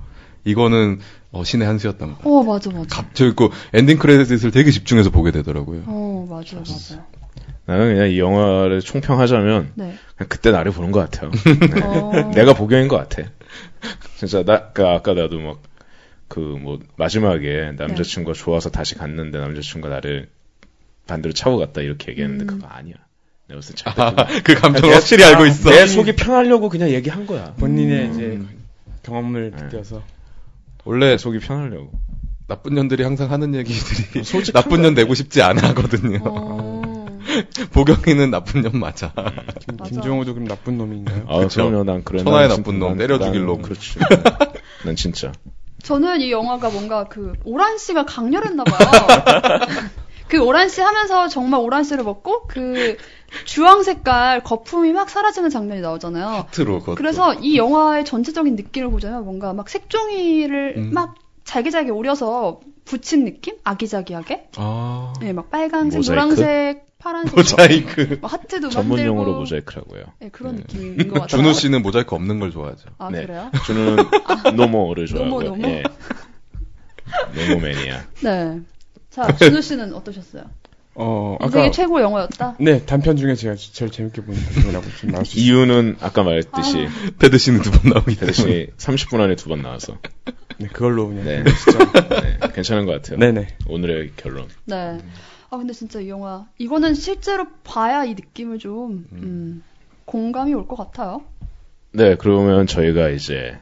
이거는 어, 신의 한수였단 말이에요.
어 맞아 맞아.
갑자기 그 엔딩 크레딧을 되게 집중해서 보게 되더라고요.
어 맞아요 맞아요.
나는 그냥 이 영화를 총평하자면
네.
그냥 그때 나를 보는 것 같아요.
어.
내가 복용인 것 같아. 진짜 나, 그 아까 나도 막, 그 뭐, 마지막에 남자친구가 좋아서 다시 갔는데 남자친구가 나를 반대로 차고 갔다 이렇게 얘기했는데
음.
그거 아니야. 내가 무슨 잘
아, 그 감정을
내- 아,
확실히 알고 있어.
내 속이 편하려고 그냥 얘기한 거야.
본인의
음.
이제 경험을
네.
빗대어서
원래
내 속이 편하려고.
나쁜 년들이 항상 하는 얘기들이
솔직한
나쁜 년 되고 싶지 않아 하거든요.
어.
보경이는 나쁜 년 맞아.
지금
맞아.
김종호도 그럼 나쁜 놈인가요?
아,
그쵸.
그럼요. 난 그래.
천하의
난
나쁜
진-
놈,
난-
때려 죽일
난-
놈.
그렇지. 난 진짜.
그 저는 이 영화가 뭔가 그 오란 씨가 강렬했나 봐요. 그 오란 씨 하면서 정말 오란 씨를 먹고 그 주황 색깔 거품이 막 사라지는 장면이 나오잖아요.
하트로 그것도.
그래서 이 영화의 전체적인 느낌을 보자면 뭔가 막 색종이를
음.
막 잘게잘게 오려서 붙인 느낌? 아기자기하게?
아,
예, 막 빨간색,
모자이크?
노란색, 파란색,
모자이크.
막 하트도
전문
만들고
용어로 모자이크라고요.
예, 그런 느낌인 것 같아요.
준호 씨는 모자이크 없는 걸 좋아하죠.
아,
네.
그래요?
저는 노모를 좋아하고.
노모, 노모?
예. 노모 매니아.
네. 자, 준호 씨는 어떠셨어요?
어
인생의
아까
최고 영화였다?
네 단편 중에 제가 제일 재밌게 본 단편이라고 좀 말할 수 있어요.
이유는 아까 말했듯이 그
배드 씨는 두 번 나오기
대신
때문에.
이 30분 안에 두 번 나와서
네 그걸로 그냥
네.
진짜
네, 괜찮은 것 같아요.
네네
오늘의 결론.
네.
음.
아, 근데 진짜 이 영화. 이거는 실제로 봐야 이 느낌을 좀, 음, 공감이 올 것 같아요.
네, 그러면 저희가 이제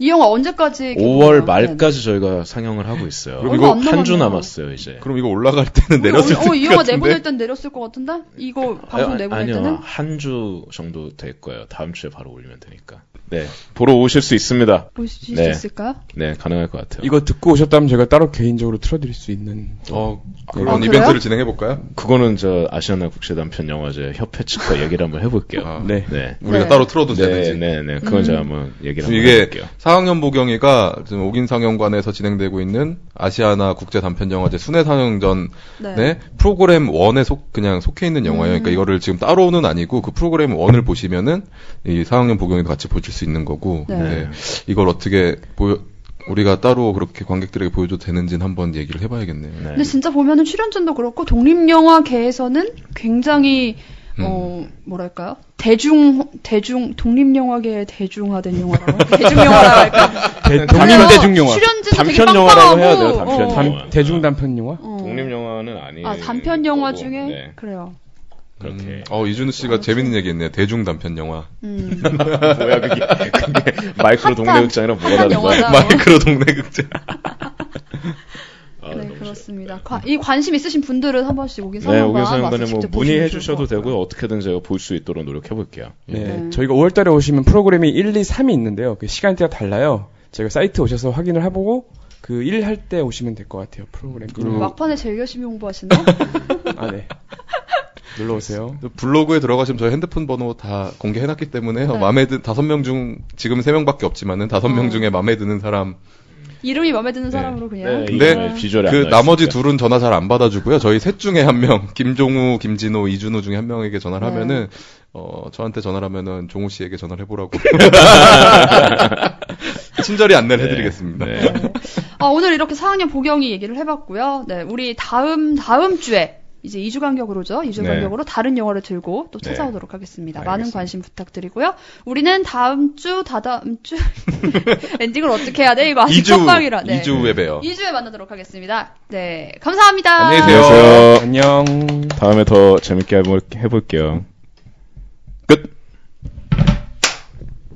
이 영화 언제까지? 개봉해요?
5월
네.
말까지 저희가 상영을 하고 있어요.
그럼 이거
얼마 안
한 주
남았네요.
남았어요, 이제.
그럼 이거 올라갈 때는 내렸을
어, 이
것
영화
같은데.
내보낼 땐 내렸을 것 같은데? 이거 방송
아,
내보낼
아니요,
때는?
한 주 정도 될 거예요. 다음 주에 바로 올리면 되니까. 네. 보러 오실 수 있습니다.
보실
네.
수 있을까요?
네, 가능할 것 같아요.
이거 듣고 오셨다면 제가 따로 개인적으로 틀어드릴 수 있는
어,
아,
그런
그래요?
이벤트를 진행해 볼까요?
그거는 저 아시아나 국제단편 영화제 협회 측과 얘기를 한번 해볼게요.
아,
네.
네.
우리가
네.
따로 틀어도
네,
되는지.
네, 네. 그건 제가 한번 얘기를
지금
한번
이게
해볼게요.
4학년 보경이가 지금 옥인 상영관에서 진행되고 있는 아시아나 국제 단편 영화제 순회 상영전
네. 음.
네. 프로그램 1에 속 그냥 속해 있는 영화예요. 그러니까 이거를 지금 따로는 아니고 그 프로그램 1을 보시면은 이 4학년 보경이도 같이 보실 수 있는 거고.
네.
네. 이걸 어떻게 보여 우리가 따로 그렇게 관객들에게 보여줘도 되는지는 한번 얘기를 해봐야겠네요.
네.
근데 진짜 보면은 출연진도 그렇고 독립영화계에서는 굉장히
음.
어 뭐랄까요 대중 대중 독립영화계의 대중화된 영화라고 대중영화라고 할까 그래서
대, 독립 대중 영화.
출연진도 되게
단편 영화라고
빵빵하고,
해야 돼요, 단편
어.
영화.
단- 대중 단편 영화?
어.
독립 영화는 아니.
아 단편 영화
거고,
중에
네,
그래요
그렇게.
음. 어 이준우 씨가 재밌는 얘기했네요. 대중 단편 영화.
음.
뭐야 그게, 그게 마이크로 동네 극장이랑 뭐가
핫한
다른 거야?
영화다.
마이크로 동네 극장.
아,
네,
너무
그렇습니다. 과- 이 관심 있으신 분들은 한 번씩 오긴
네, 오긴
상영관 와서
상관에 뭐
직접
문의해
보시면
주셔도
좋을 것
되고요. 어떻게든 제가 볼 수 있도록 노력해 볼게요.
네.
네.
저희가 5월달에 오시면 프로그램이 1, 2, 3이 있는데요. 그 시간대가 달라요. 저희가 사이트 오셔서 확인을 해보고 그 1 할 때 오시면 될 것 같아요. 프로그램.
같아요.
그리고
막판에 제일 열심히 홍보하시네.
아 네. 놀러 오세요.
블로그에 들어가시면 저희 핸드폰 번호 다 공개해놨기 때문에요.
네.
마음에 드 다섯 명 중 지금 세 명밖에 없지만은 다섯
어.
명 중에 마음에 드는 사람.
이름이 마음에 드는 사람으로 그냥.
네,
근데
이거는 비주얼이
그
안
나머지
나왔으니까.
둘은 전화 잘 안 받아주고요. 저희 셋 중에 한 명, 김종우, 김진호, 이준호 중에 한 명에게 전화를
네.
하면은 어 저한테 전화를 하면은 종우 씨에게 전화를 해보라고 친절히 안내를 해드리겠습니다.
네.
네. 아, 오늘 이렇게 4학년 보경이 얘기를 해봤고요. 네, 우리 다음 다음 주에 이제 2주 간격으로죠. 2주
네.
간격으로 다른 영화를 들고 또
네.
찾아오도록 하겠습니다. 많은
알겠습니다.
관심 부탁드리고요. 우리는 다음 주 다다음 주 엔딩을 어떻게 해야 돼? 이거 아직
2주
첫방이라. 네.
2주 후에 봬요.
2주에 만나도록 하겠습니다. 네, 감사합니다.
안녕히 계세요.
어.
안녕하세요.
안녕.
다음에 더 재밌게 해볼- 해볼게요. 끝.